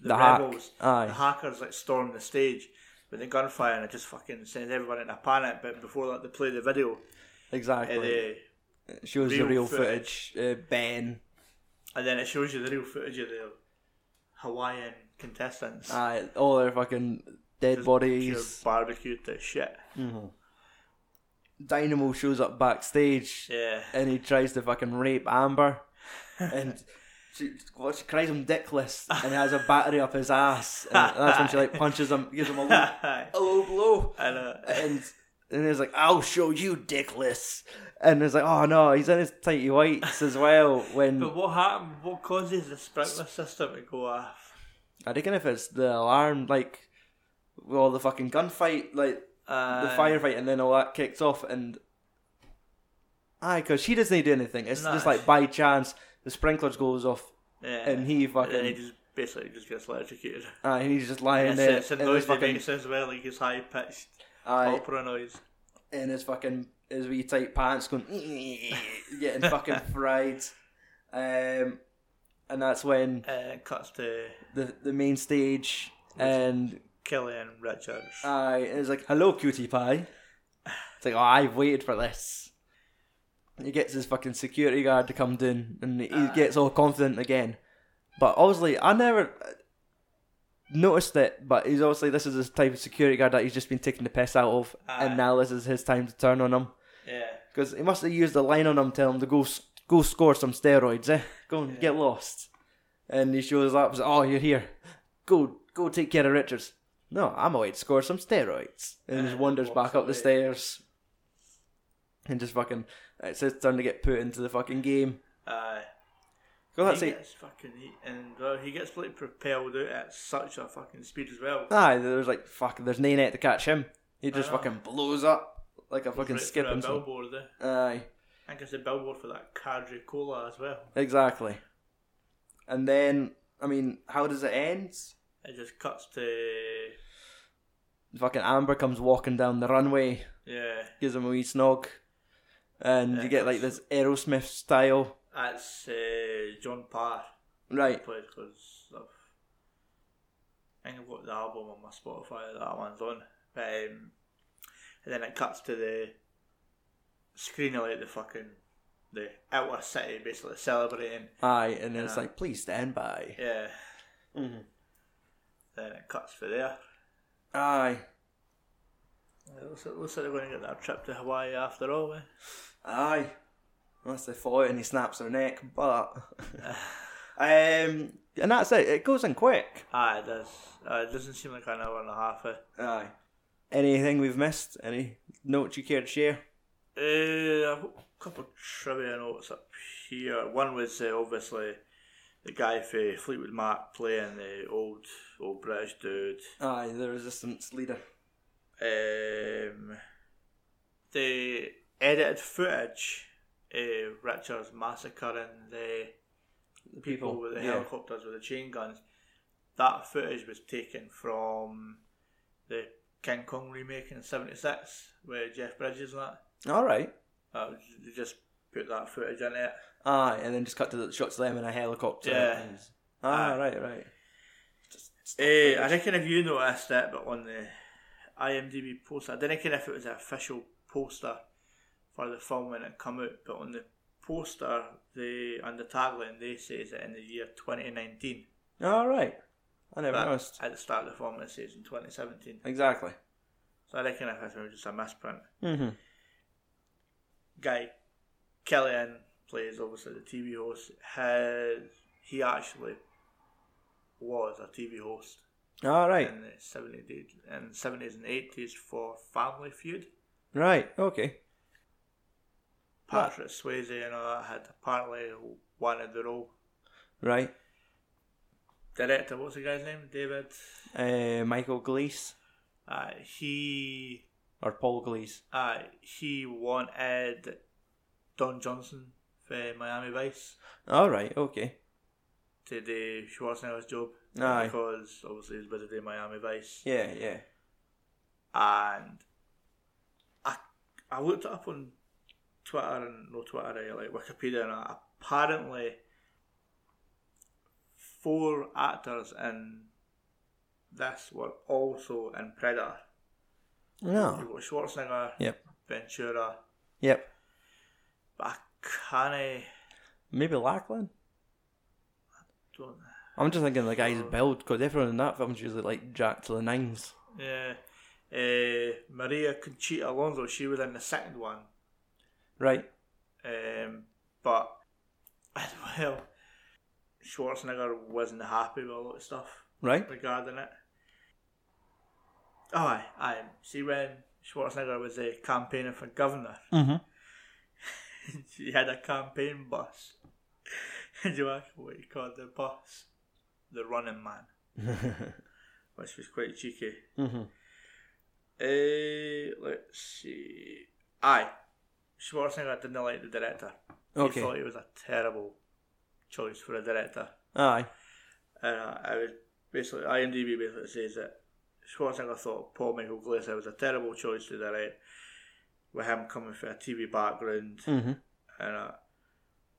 [SPEAKER 2] the,
[SPEAKER 1] The hack.
[SPEAKER 2] rebels,
[SPEAKER 1] Aye.
[SPEAKER 2] the hackers, like storm the stage. With the gunfire and it just fucking sends everyone into a panic. But before that, they play the video uh,
[SPEAKER 1] exactly.
[SPEAKER 2] and they
[SPEAKER 1] It shows the
[SPEAKER 2] real
[SPEAKER 1] real footage. Uh, ben,
[SPEAKER 2] And then it shows you the real footage of the Hawaiian contestants.
[SPEAKER 1] aye, all their fucking dead
[SPEAKER 2] Just pure
[SPEAKER 1] bodies.
[SPEAKER 2] barbecued to shit.
[SPEAKER 1] Dynamo shows up backstage,
[SPEAKER 2] Yeah. <laughs>
[SPEAKER 1] and he tries to fucking rape Amber, and she, well, she cries him dickless, and he has a battery up his ass, and that's when she
[SPEAKER 2] <laughs>
[SPEAKER 1] like punches him, gives him a low,
[SPEAKER 2] and
[SPEAKER 1] a low blow,
[SPEAKER 2] uh,
[SPEAKER 1] and and he's like, "I'll show you, dickless," and it's like, "Oh no, he's in his tighty whites as well." When
[SPEAKER 2] but what happened? What causes the sprinkler system to go off?
[SPEAKER 1] I reckon if it's the alarm, like, well, the fucking gunfight, like
[SPEAKER 2] Uh,
[SPEAKER 1] the firefight, and then all that kicks off, and aye, because she doesn't do anything. It's
[SPEAKER 2] No.
[SPEAKER 1] just like by chance the sprinklers goes off,
[SPEAKER 2] Yeah.
[SPEAKER 1] and he fucking
[SPEAKER 2] then he just basically just gets electrocuted.
[SPEAKER 1] aye, and he's just lying
[SPEAKER 2] And
[SPEAKER 1] there
[SPEAKER 2] it's,
[SPEAKER 1] in
[SPEAKER 2] it's a
[SPEAKER 1] his
[SPEAKER 2] noise he
[SPEAKER 1] fucking
[SPEAKER 2] makes as well, like his high pitched
[SPEAKER 1] aye,
[SPEAKER 2] opera noise.
[SPEAKER 1] in his fucking his wee tight pants, going <laughs> getting fucking fried. Um, and that's when
[SPEAKER 2] And it uh, cuts to
[SPEAKER 1] the the main stage, and
[SPEAKER 2] Kelly and Richards.
[SPEAKER 1] I is like, "Hello, cutie pie." It's like, "Oh, I've waited for this." He gets his fucking security guard to come down, and he gets all confident again. But obviously, I never uh, noticed it. But he's obviously this is the type of security guard that he's just been taking the piss out of,
[SPEAKER 2] Aye.
[SPEAKER 1] and now this is his time to turn on him.
[SPEAKER 2] yeah.
[SPEAKER 1] Because he must have used a line on him telling him to go s- go score some steroids, eh? Go and get lost. And he shows up, he's like, oh, you're here. Go go take care of Richards. No, I'm away to score some steroids. And just
[SPEAKER 2] And
[SPEAKER 1] wanders back
[SPEAKER 2] walks
[SPEAKER 1] up the
[SPEAKER 2] away.
[SPEAKER 1] stairs. And just fucking, it's his turn to get put into the fucking game.
[SPEAKER 2] Aye.
[SPEAKER 1] Well, that's
[SPEAKER 2] he
[SPEAKER 1] it.
[SPEAKER 2] gets fucking eat, and well, he gets like propelled out at such a fucking speed as well.
[SPEAKER 1] Aye, there's like fuck. There's no net to catch him. He just
[SPEAKER 2] know.
[SPEAKER 1] fucking blows up like a fucking
[SPEAKER 2] Ah. Right
[SPEAKER 1] skip.
[SPEAKER 2] through a
[SPEAKER 1] and stuff.
[SPEAKER 2] billboard. Eh?
[SPEAKER 1] Aye,
[SPEAKER 2] I think it's a billboard for that Cadre Cola as well.
[SPEAKER 1] exactly. And then I mean, how does it end?
[SPEAKER 2] It just cuts to
[SPEAKER 1] Fucking Amber comes walking down the runway,
[SPEAKER 2] yeah.
[SPEAKER 1] gives him a wee snog, and you get like this Aerosmith style.
[SPEAKER 2] That's uh, John Parr
[SPEAKER 1] Right,
[SPEAKER 2] played because of. I think I've got the album on my Spotify that, that one's on, but um, and then it cuts to the screen of like the fucking the outer city basically celebrating.
[SPEAKER 1] aye, and then it's
[SPEAKER 2] Yeah.
[SPEAKER 1] like, please stand by.
[SPEAKER 2] Yeah,
[SPEAKER 1] Mm-hmm.
[SPEAKER 2] then it cuts for there.
[SPEAKER 1] Aye,
[SPEAKER 2] It looks, it looks like they're going to get that trip to Hawaii after all. Eh?
[SPEAKER 1] aye. Unless they thought and he snaps her neck, <sighs> but um, and that's it. It goes in quick.
[SPEAKER 2] Ah, it does. Uh, it doesn't seem like an hour and a half. Eh?
[SPEAKER 1] Aye. Anything we've missed? Any notes you care to share?
[SPEAKER 2] Uh, I've got a couple of trivia notes up here. One was uh, obviously the guy for Fleetwood Mac playing the old old British dude.
[SPEAKER 1] Aye, the resistance leader.
[SPEAKER 2] Um, the edited footage, uh, Richard's massacring the
[SPEAKER 1] The
[SPEAKER 2] people, with the
[SPEAKER 1] yeah.
[SPEAKER 2] helicopters with the chain guns. That footage was taken from the King Kong remake in '76 with Jeff Bridges and that.
[SPEAKER 1] All right.
[SPEAKER 2] Uh, they just put that footage in it.
[SPEAKER 1] Aye, and then just cut to the shots of them in a helicopter.
[SPEAKER 2] Yeah.
[SPEAKER 1] and- Ah,
[SPEAKER 2] Aye.
[SPEAKER 1] right, right.
[SPEAKER 2] Eh, I reckon if you noticed it, but on the IMDb poster, I don't reckon if it was the official poster for the film when it come out, but on the poster, they and the tagline they says it in the year 2019.
[SPEAKER 1] All right. I never
[SPEAKER 2] But
[SPEAKER 1] noticed.
[SPEAKER 2] at the start of the film, it says in 2017.
[SPEAKER 1] Exactly.
[SPEAKER 2] So I reckon if it was just a misprint.
[SPEAKER 1] Mm-hmm.
[SPEAKER 2] Guy Kellyanne plays obviously the TV host. His, he actually was a TV host
[SPEAKER 1] All right.
[SPEAKER 2] in the 70s and 70s and 80s for Family Feud.
[SPEAKER 1] Right. Okay.
[SPEAKER 2] Patrick Swayze and all that had apparently wanted the role.
[SPEAKER 1] Right.
[SPEAKER 2] Director, what's the guy's name? David.
[SPEAKER 1] Uh, Michael Gleese
[SPEAKER 2] Uh, he
[SPEAKER 1] or Paul Gleese.
[SPEAKER 2] uh, he wanted Don Johnson for Miami Vice
[SPEAKER 1] All right. Okay.
[SPEAKER 2] to do Schwarzenegger's job
[SPEAKER 1] Aye.
[SPEAKER 2] because obviously he's better than Miami Vice.
[SPEAKER 1] Yeah. Yeah.
[SPEAKER 2] And I I looked it up on Twitter and no Twitter eh, like Wikipedia and that. apparently four actors in this were also in Predator.
[SPEAKER 1] No.
[SPEAKER 2] You've got Schwarzenegger,
[SPEAKER 1] Yep.
[SPEAKER 2] Ventura,
[SPEAKER 1] Yep.
[SPEAKER 2] but I cannae
[SPEAKER 1] Maybe Lackland.
[SPEAKER 2] don't
[SPEAKER 1] I'm just thinking the guy's build because everyone in that film's usually like Jack to the nines.
[SPEAKER 2] yeah. Eh, Maria Conchita Alonso, she was in the second one.
[SPEAKER 1] Right.
[SPEAKER 2] Um, but <laughs> as well, Schwarzenegger wasn't happy with a lot of stuff
[SPEAKER 1] Right.
[SPEAKER 2] regarding it. Oh, aye, aye. See, when Schwarzenegger was uh, campaigning for governor, <laughs>
[SPEAKER 1] Mm-hmm.
[SPEAKER 2] he had a campaign bus. <laughs> And you ask what he called the bus? The running man, which was quite cheeky.
[SPEAKER 1] <laughs> mm-hmm.
[SPEAKER 2] Uh, let's see. Aye, Schwarzenegger didn't like the director. He
[SPEAKER 1] Okay.
[SPEAKER 2] thought he was a terrible choice for a director.
[SPEAKER 1] Aye.
[SPEAKER 2] And uh, I was basically IMDb basically says that Schwarzenegger thought Paul Michael Glaser was a terrible choice to direct, with him coming from a TV background.
[SPEAKER 1] Mm-hmm.
[SPEAKER 2] And uh,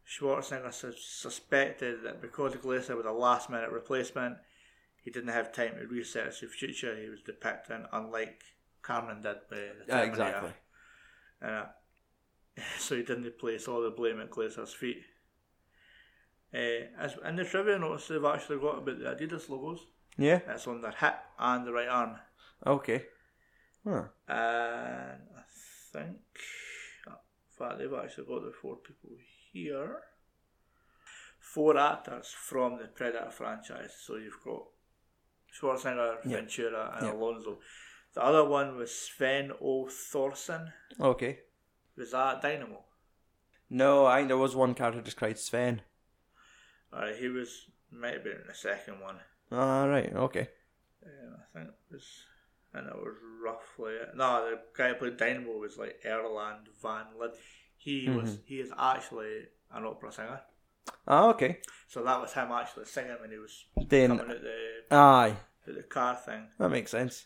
[SPEAKER 2] Schwarzenegger sus- suspected that because Glaser was a last minute replacement, he didn't have time to research the future he was depicting, unlike Cameron did with the Terminator.
[SPEAKER 1] exactly.
[SPEAKER 2] And, uh, <laughs> so he didn't place all the blame at Glazer's feet. Uh, as in the trivia notice, they've actually got about the Adidas logos.
[SPEAKER 1] Yeah.
[SPEAKER 2] That's on their hip and the right arm.
[SPEAKER 1] Okay. Huh.
[SPEAKER 2] And I think, in fact, they've actually got the four people here. Four actors from the Predator franchise. So you've got Schwarzenegger,
[SPEAKER 1] Yeah.
[SPEAKER 2] Ventura, and
[SPEAKER 1] Yeah.
[SPEAKER 2] Alonso. The other one was Sven O. Thorson.
[SPEAKER 1] Okay.
[SPEAKER 2] Was that Dynamo?
[SPEAKER 1] No, I think there was one character just cried Sven.
[SPEAKER 2] Alright, he was might have been in the second one.
[SPEAKER 1] Ah, right. Okay.
[SPEAKER 2] Um, I think it was, and it was roughly no. The guy who played Dynamo was like Erland Van Lid. He was he is actually an opera singer.
[SPEAKER 1] Ah, okay.
[SPEAKER 2] So that was him actually singing when he was
[SPEAKER 1] Then,
[SPEAKER 2] coming out the
[SPEAKER 1] aye,
[SPEAKER 2] out the car thing.
[SPEAKER 1] that makes sense.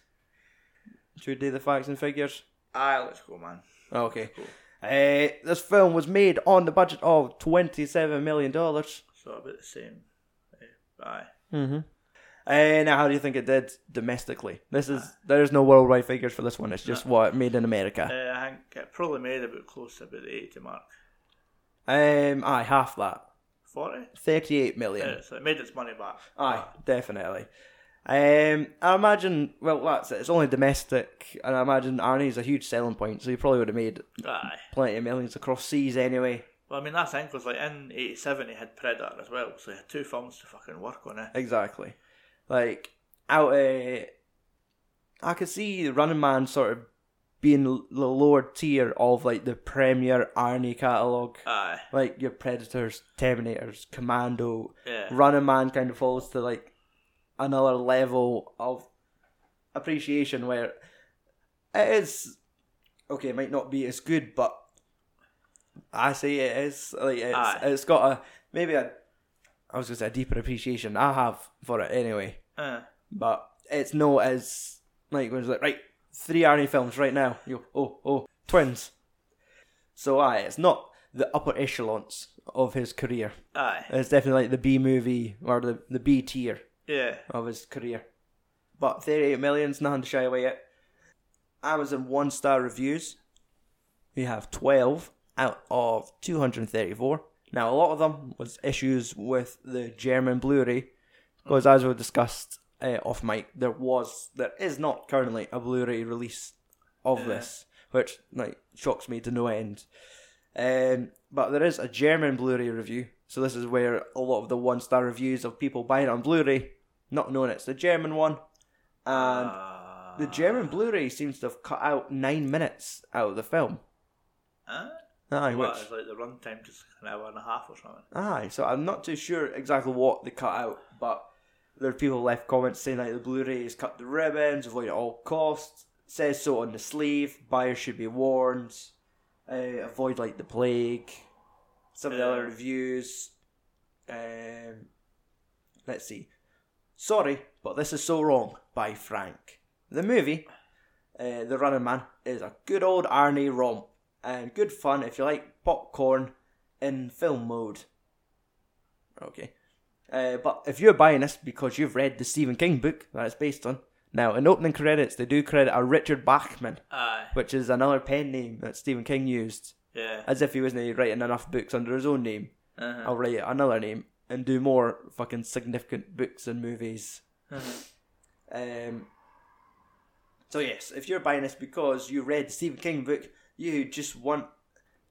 [SPEAKER 1] Should we do the facts and figures?
[SPEAKER 2] Aye, let's go, man.
[SPEAKER 1] Oh, Okay.
[SPEAKER 2] Cool.
[SPEAKER 1] Uh, this film was made on the budget of twenty-seven million dollars.
[SPEAKER 2] So about the same. Uh, aye.
[SPEAKER 1] Mm-hmm. Uh, now, how do you think it did domestically? This is there's no worldwide figures for this one. It's just what it made in America.
[SPEAKER 2] Uh, I think it probably made about close to about the eighty mark.
[SPEAKER 1] Um, aye, half that,
[SPEAKER 2] Forty.
[SPEAKER 1] thirty-eight million.
[SPEAKER 2] so it made its money back.
[SPEAKER 1] Aye, definitely. Um, I imagine. Well, that's it. It's only domestic, and I imagine Arnie's a huge selling point. So you probably would have made
[SPEAKER 2] Aye.
[SPEAKER 1] plenty of millions across seas anyway.
[SPEAKER 2] Well, I mean, that thing was like in '87 he had Predator as well, so he had two films to fucking work on. Eh?
[SPEAKER 1] Exactly. Like out. Uh, I could see Running Man sort of being l- the lower tier of like the premier Arnie catalog.
[SPEAKER 2] Aye.
[SPEAKER 1] Like your Predators, Terminators, Commando,
[SPEAKER 2] Yeah.
[SPEAKER 1] Running Man kind of falls to like another level of appreciation where it is okay. It might not be as good, but I say it is like it's
[SPEAKER 2] Aye.
[SPEAKER 1] it's got a maybe a I was gonna say a deeper appreciation I have for it anyway.
[SPEAKER 2] Eh.
[SPEAKER 1] But it's no as like when it's like right three Arnie films right now. You oh oh twins. So aye, it's not the upper echelons of his career.
[SPEAKER 2] Aye.
[SPEAKER 1] It's definitely like the B movie or the, the B tier
[SPEAKER 2] Yeah.
[SPEAKER 1] of his career. But 38 million's nothing to shy away at. Amazon one star reviews. We have 12 out of 234. Now, a lot of them was issues with the German Blu ray, because as we discussed uh, off mic, there was, there is not currently a Blu ray release of this, which like shocks me to no end. Um, but there is a German Blu-ray review, so this is where a lot of the one-star reviews of people buying it on Blu-ray, not knowing it's the German one, and
[SPEAKER 2] Ah.
[SPEAKER 1] the German Blu-ray seems to have cut out nine minutes out of the film.
[SPEAKER 2] Huh?
[SPEAKER 1] Aye,
[SPEAKER 2] What,
[SPEAKER 1] which,
[SPEAKER 2] it's like the runtime just an hour and a half or something.
[SPEAKER 1] aye. So I'm not too sure exactly what they cut out, but there are people left comments saying like the Blu-ray has cut the ribbons, avoid at all costs. Says so on the sleeve. Buyers should be warned. Uh, avoid like the plague. Some of the other
[SPEAKER 2] Yeah.
[SPEAKER 1] reviews. Um, let's see. Sorry, but this is so wrong by Frank. The movie, uh, The Running Man, is a good old Arnie romp and good fun if you like popcorn in film mode. Okay. Uh, but if you're buying this because you've read the Stephen King book that it's based on, now in opening credits they do credit a Richard Bachman,
[SPEAKER 2] Aye.
[SPEAKER 1] which is another pen name that Stephen King used,
[SPEAKER 2] Yeah.
[SPEAKER 1] as if he wasn't writing enough books under his own name.
[SPEAKER 2] Uh-huh.
[SPEAKER 1] I'll write another name and do more fucking significant books and movies.
[SPEAKER 2] Uh-huh.
[SPEAKER 1] Um, so yes, if you're buying this because you read the Stephen King book, you just want,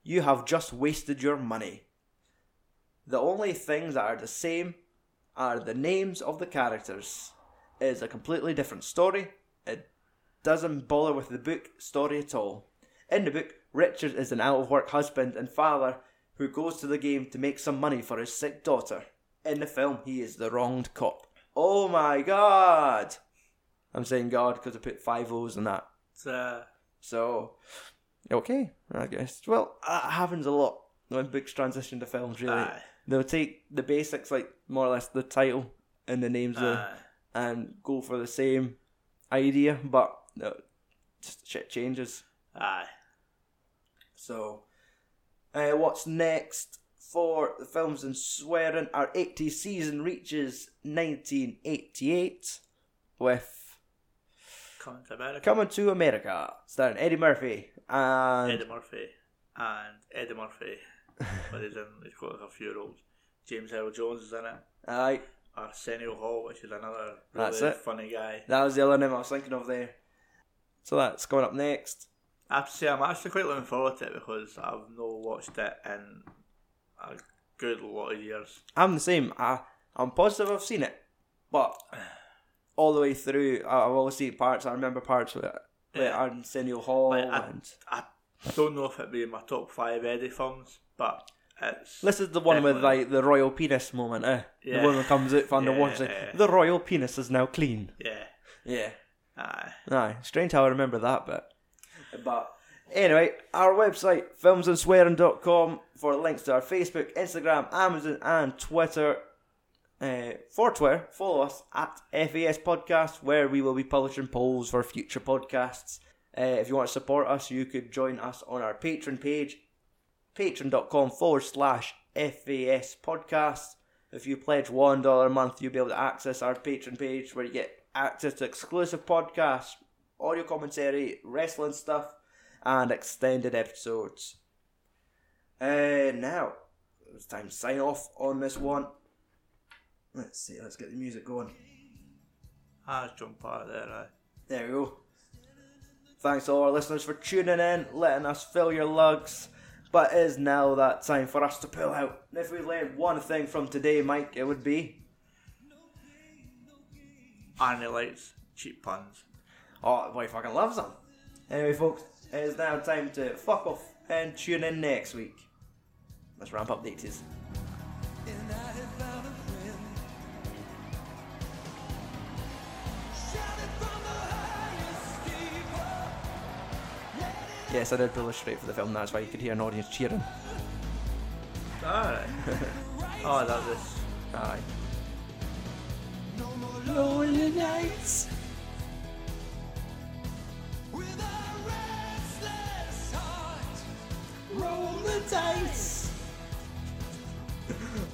[SPEAKER 1] you have just wasted your money. The only things that are the same are the names of the characters. It is a completely different story. It doesn't bother with the book story at all. In the book, Richard is an out of work husband and father who goes to the game to make some money for his sick daughter. In the film, he is the wronged cop. Oh my god! I'm saying god because I put five O's in that.
[SPEAKER 2] It's, uh,
[SPEAKER 1] So, okay, I guess. Well, that happens a lot when books transition to films, really.
[SPEAKER 2] Aye.
[SPEAKER 1] They'll take the basics, like more or less the title and the names, of,
[SPEAKER 2] aye.
[SPEAKER 1] and go for the same idea, but no, just shit changes.
[SPEAKER 2] Aye.
[SPEAKER 1] So, uh, what's next for the films and swearing? Our 80 season reaches 1988 with
[SPEAKER 2] Coming to America.
[SPEAKER 1] Coming to America, starring Eddie Murphy and
[SPEAKER 2] Eddie Murphy. And Eddie Murphy. but he's in, he's got a few roles. James Earl Jones is in it.
[SPEAKER 1] aye,
[SPEAKER 2] Arsenio Hall, which is another
[SPEAKER 1] That's
[SPEAKER 2] really
[SPEAKER 1] it.
[SPEAKER 2] funny guy.
[SPEAKER 1] that was the other name I was thinking of there. So that's coming up next.
[SPEAKER 2] I have to say, I'm actually quite looking forward to it because I've not watched it in a good lot of years.
[SPEAKER 1] I'm the same. I I'm positive I've seen it, but all the way through, I- I've always seen parts. I remember parts with with
[SPEAKER 2] Yeah.
[SPEAKER 1] Arsenio Hall
[SPEAKER 2] Like, I-
[SPEAKER 1] and
[SPEAKER 2] I don't know if it'd be in my top five Eddie films, but It's,
[SPEAKER 1] This is the one with
[SPEAKER 2] Definitely.
[SPEAKER 1] like the royal penis moment, eh?
[SPEAKER 2] Yeah.
[SPEAKER 1] The one that comes out from underwater.
[SPEAKER 2] Yeah.
[SPEAKER 1] saying, the royal penis is now clean.
[SPEAKER 2] yeah,
[SPEAKER 1] Yeah.
[SPEAKER 2] aye.
[SPEAKER 1] Aye, strange how I remember that bit. But anyway, our website, filmsandswearing.com, for links to our Facebook, Instagram, Amazon, and Twitter. Uh, for Twitter, follow us at FAS Podcast, where we will be publishing polls for future podcasts. Uh, if you want to support us, you could join us on our Patreon page, patreon.com forward slash FAS podcast. If you pledge $1 a month, you'll be able to access our Patreon page where you get access to exclusive podcasts, audio commentary, wrestling stuff, and extended episodes. Uh, now, it's time to sign off on this one. Let's see, let's get the music going.
[SPEAKER 2] I was jumping part there, aye.
[SPEAKER 1] There we go. Thanks to all our listeners for tuning in, letting us fill your lugs. But it is now that time for us to pull out. And if we learned one thing from today, Mike, it would be
[SPEAKER 2] And he likes cheap puns.
[SPEAKER 1] Oh, the boy fucking loves them. Anyway, folks, it is now time to fuck off and tune in next week. Let's ramp up the 80s.
[SPEAKER 3] And I had found a friend. Shouted from the highest steeple.
[SPEAKER 1] Yes, I did pull this straight for the film, that's why you could hear an audience cheering.
[SPEAKER 2] Alright. oh, that was.
[SPEAKER 1] Aye.
[SPEAKER 3] No more lonely nights. With a restless heart. Roll the dice.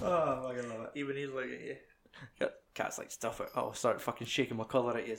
[SPEAKER 1] Oh, I fucking love
[SPEAKER 2] Even he's looking at you.
[SPEAKER 1] Cat's like, stuff it. Oh, start fucking shaking my collar at you.